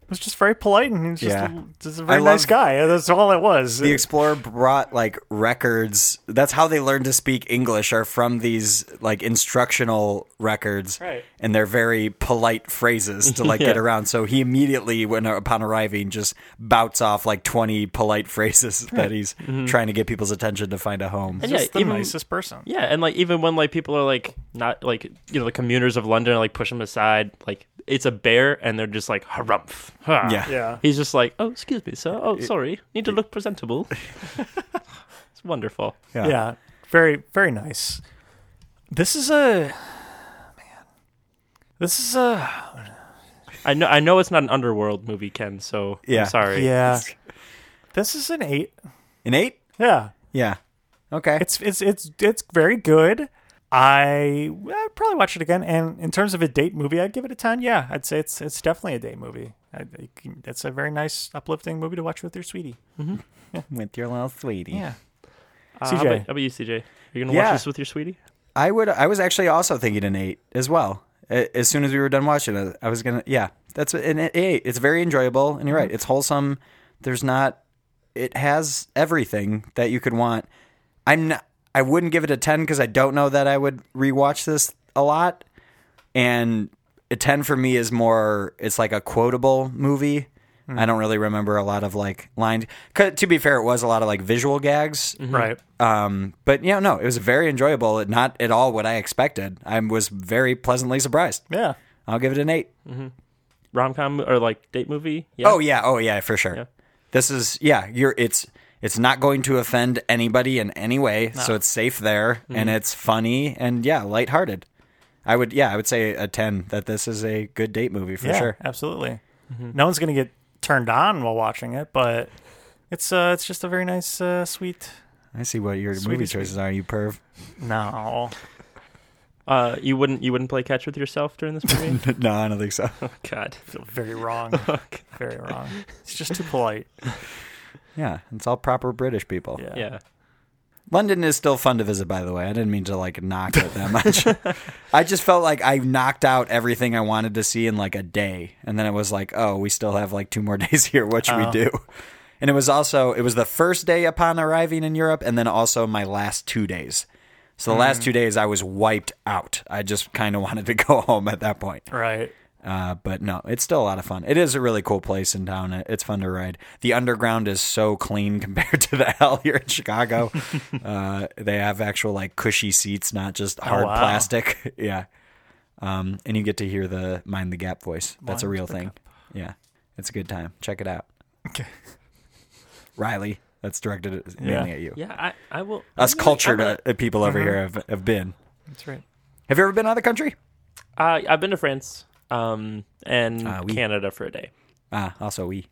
was just very polite and he was just,
Yeah.
a, just a very
I
nice
love-
guy. That's all it was.
the explorer brought like records that's how they learn to speak english are from these like instructional records
Right.
and they're very polite phrases to like get around so he immediately when upon arriving just bouts off like 20 polite phrases that he's trying to get people's attention to find a home
And
just
yeah,
the
even-
nicest person.
Yeah, and like even when like people are like not like you know the commuters of London are like push him aside, like it's a bear and they're just like harumph. Ha.
Yeah.
Yeah.
He's just like, oh, excuse me, sir. Oh, sorry, need to look presentable. it's wonderful.
Yeah.
yeah very very nice this is a man this is a
I know. I know it's not an underworld movie, Ken. So
Yeah.
I'm sorry.
yeah this is an eight
an eight
yeah
yeah okay
it's it's it's it's very good i I'd probably watch it again and in terms of a date movie i'd give it a 10 yeah i'd say it's it's definitely a date movie I, I can- that's a very nice uplifting movie to watch with your sweetie
with your little sweetie
yeah
Uh,
CJ.
How about, how about you, CJ? Are you gonna
Yeah.
watch this with your sweetie?
i would i was actually also thinking an eight as well A- as soon as we were done watching it i was gonna yeah that's an e, eight it's very enjoyable and you're right it's wholesome there's not it has everything that you could want i'm not, i wouldn't give it a 10 because i don't know that i would rewatch this a lot and a 10 for me is more it's like a quotable movie i don't really remember a lot of like lines 'Cause to be fair it was a lot of like visual gags
right
um, but yeah, no, it was very enjoyable. Not at all what I expected. I was very pleasantly surprised.
yeah
I'll give it an eight.
Rom com or like date movie? Yeah.
Oh yeah, oh yeah, for sure. This is yeah. You're it's it's not going to offend anybody in any way, so it's safe there, and it's funny and yeah, lighthearted. I would yeah, I would say a ten that this is a good date movie for
yeah,
sure.
Absolutely. No one's gonna get turned on while watching it, but it's uh, it's just a very nice, uh, sweet.
I see what your
Sweetie,
movie
sweet.
choices are, you perv.
No,
Uh, you wouldn't. You wouldn't play catch with yourself during this movie?
no, I don't think so.
God.
very wrong, very wrong. It's just too polite.
yeah, it's all proper British people.
Yeah.
Yeah.
London is still fun to visit, by the way. I didn't mean to like knock it that much. I just felt like I knocked out everything I wanted to see in like a day, and then it was like, oh, we still have like two more days here. What should we do? And it was also it was the first day upon arriving in Europe, and then also my last two days. So the last two days I was wiped out. I just kind of wanted to go home at that point.
Right.
Uh, but no, it's still a lot of fun. It is a really cool place in town. It- It's fun to ride. The underground is so clean compared to the hell here in Chicago. uh, they have actual like cushy seats, not just hard
Oh, wow.
plastic. yeah. Um, and you get to hear the mind the gap voice. That's a real thing. Yeah. It's a good time. Check it out.
Okay.
Riley, that's directed at-
Yeah. Uh-huh.
mainly at you.
Yeah. I. I will.
Us
I'm gonna-
cultured
I'm
uh, people over here have, have been.
That's right.
Have you ever been out of the country?
gonna- uh, I've been to France. Um, and
Ah, oui.
Canada for a day.
Ah, also we.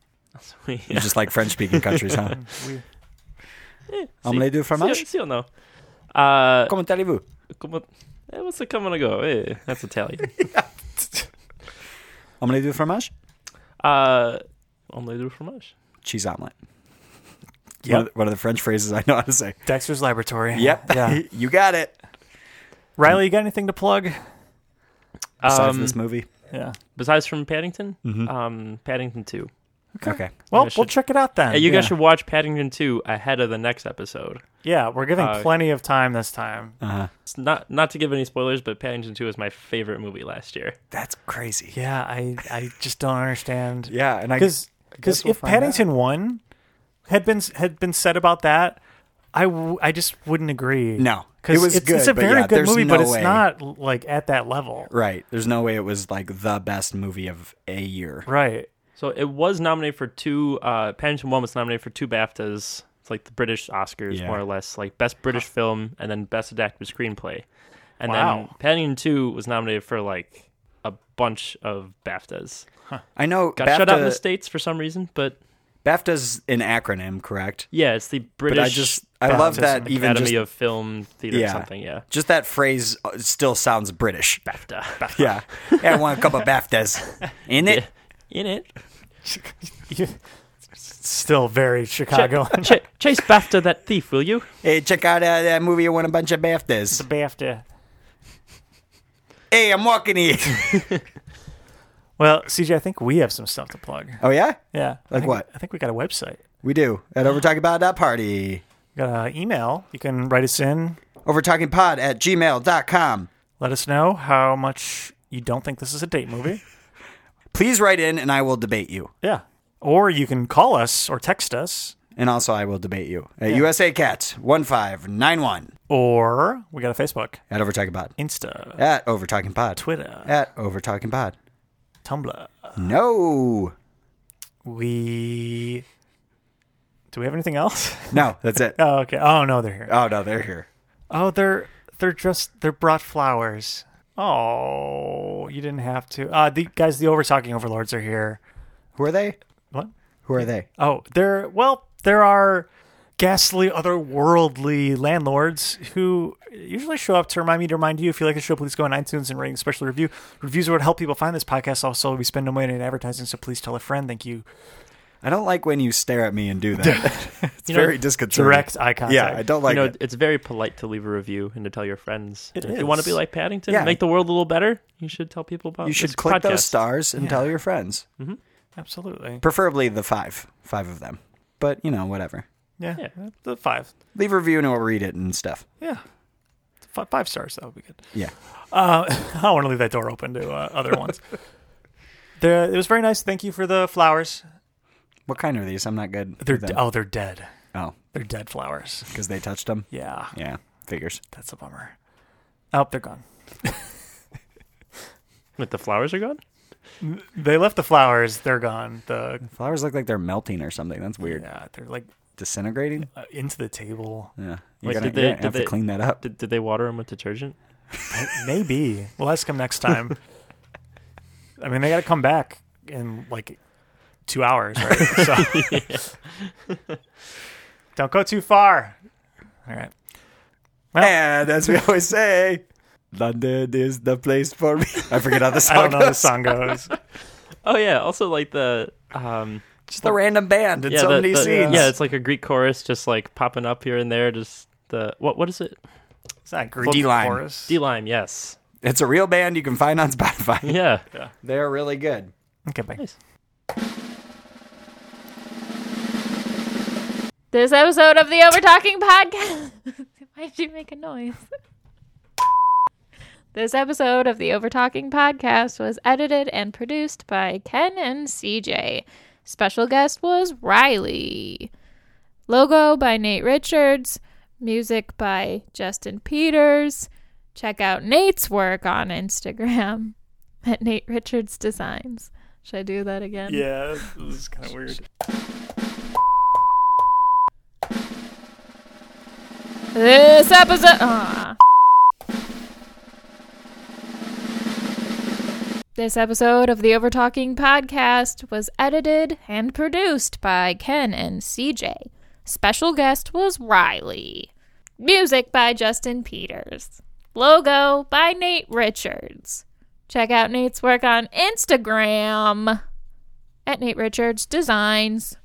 Yeah.
You just like French speaking countries, huh?
We,
Omelette du fromage?
Sì, sì o no? Uh,
Comment allez-vous?
come- eh, what's the come and go? Eh, that's Italian.
Omelette du fromage?
uh, omelette du fromage.
cheese omelet.
Yep.
One, of the, one of the French phrases I know how to say.
Dexter's Laboratory.
Yeah.
Yeah.
you got it.
Riley, you got anything to plug?
Besides
Um,
this Mm-hmm. movie.
Yeah.
besides from Paddington, um, Paddington Two.
Okay.
Well,
guys
we'll
should-
check it out then.
Hey, you
Uh,
guys
yeah.
should watch Paddington Two ahead of the next episode.
yeah, we're giving
Uh,
plenty of time this time.
Uh-huh.
It's not not to give any spoilers, but Paddington Two is my favorite movie last year.
That's crazy. Yeah.
Yeah, I I just don't understand.
and I
because
guess
because
we'll
if
find out.
Paddington one had been had been said about that, I, w- I just wouldn't agree.
No.
because
It was
it's,
good,
it's a
but
very
yeah,
good
there's
movie,
no
but it's
way.
not like at that level,
right. There's no way it was like the best movie of a year.
right?
So it was nominated for two. Uh, Paddington One was nominated for two BAFTAs. It's like the British Oscars,
Yeah.
more or less, like Best British Film and then Best Adapted Screenplay. And
Wow.
then Paddington Two was nominated for like a bunch of BAFTAs.
I know
Got
BAFTA,
shut out in the states for some reason, but
BAFTA's an acronym, correct?
yeah, it's the British
But I just I love that
Baptism
even
Academy
just,
of Film Theater
Yeah.
or something. Yeah,
just that phrase uh, still sounds British.
BAFTA.
Yeah, yeah, I want a cup of BAFTAs in it.
in it.
Still very Chicago.
Ch- chase BAFTA that thief, will you?
Hey, check out uh, that movie. I won a bunch of BAFTAs.
BAFTA.
Hey, I'm walking here.
Well, CJ, I think we have some stuff to plug.
oh yeah,
Yeah. I
Like
think-
what?
I think we got a website.
we do. At over talking about that party.
We got an email. You can write us in.
Over talking pod at gmail.com.
Let us know how much you don't think this is a date movie.
Please write in, and I will debate you.
yeah. Or you can call us or text us.
And also, I will debate you at USA Cats one five nine one
Or we got a Facebook,
at Over Talking Pod
Insta,
at Over Talking Pod
Twitter,
at Over Talking Pod.
Tumblr.
No,
We. Do we have anything else?
no, that's it.
Oh, okay. Oh no, they're here.
Oh no, they're here.
Oh, they're they're just they're brought flowers. Oh, you didn't have to. Uh, the guys, the over talking overlords are here.
Who are they?
What?
Who are they?
Oh, there. Well, there are ghastly, otherworldly landlords who usually show up to remind me to remind you. If you like the show, please go on iTunes and rate a special review. Reviews are what help people find this podcast. Also, we spend no money in advertising, so please tell a friend. Thank you.
I don't like when you stare at me and do that. it's
know,
very disconcerting.
direct eye contact.
Yeah, I don't like
you know,
it.
it's very polite to leave a review and to tell your friends.
It
if you want
is.
to be like Paddington,
Yeah.
make the world a little better, you should tell people about.
You
Oh, this
should click
podcast.
those stars and tell your friends,
Absolutely.
preferably the five, five of them. But you know, whatever.
Yeah.
Yeah.
The five.
Leave a review and we'll read it and stuff.
Yeah. Five, five stars. That would be good.
Yeah.
Uh, I don't want to leave that door open to uh, other ones. There, it was very nice. Thank you for the flowers.
What kind are these? I'm not good.
They're
with them.
oh, they're dead.
oh,
They're dead flowers.
because they touched them.
Yeah,
Yeah, figures.
that's a bummer. Oh, they're gone.
Wait, the flowers are gone.
They left the flowers. They're gone. The
Flowers look like they're melting or something. That's weird.
yeah, they're like
Disintegrating.
uh, into the table.
Yeah, you're
Like,
gonna,
did they-
you're gonna
did
have
they-
to clean that up.
Did, did they water them with detergent?
Maybe we'll ask them next time. I mean, they got to come back in like two hours, right? So don't go too far. All right.
And as we always say, London is the place for me. I forget how the song
I don't know how the
goes.
song goes.
Oh yeah. Also, like the um,
Just a random band in so
the-
many
the-
scenes.
yeah, it's like a Greek chorus, just like popping up here and there. Just the what? What is it?
It's not Greek
D-line.
chorus.
D lime. Yes.
It's a real band you can find on Spotify.
Yeah.
They're really good.
Okay, bye.
Nice.
This episode of the Over Talking Podcast. Why did you make a noise? This episode of the Over Talking Podcast was edited and produced by Ken and CJ. Special guest was Riley. Logo by Nate Richards. Music by Justin Peters. Check out Nate's work on Instagram at Nate Richards Designs. Should I do that again?
Yeah, this is kind of weird.
This episode. Ah. This episode of the Over Talking podcast was edited and produced by Ken and CJ. Special guest was Riley. Music by Justin Peters. Logo by Nate Richards. Check out Nate's work on Instagram at Nate Richards Designs.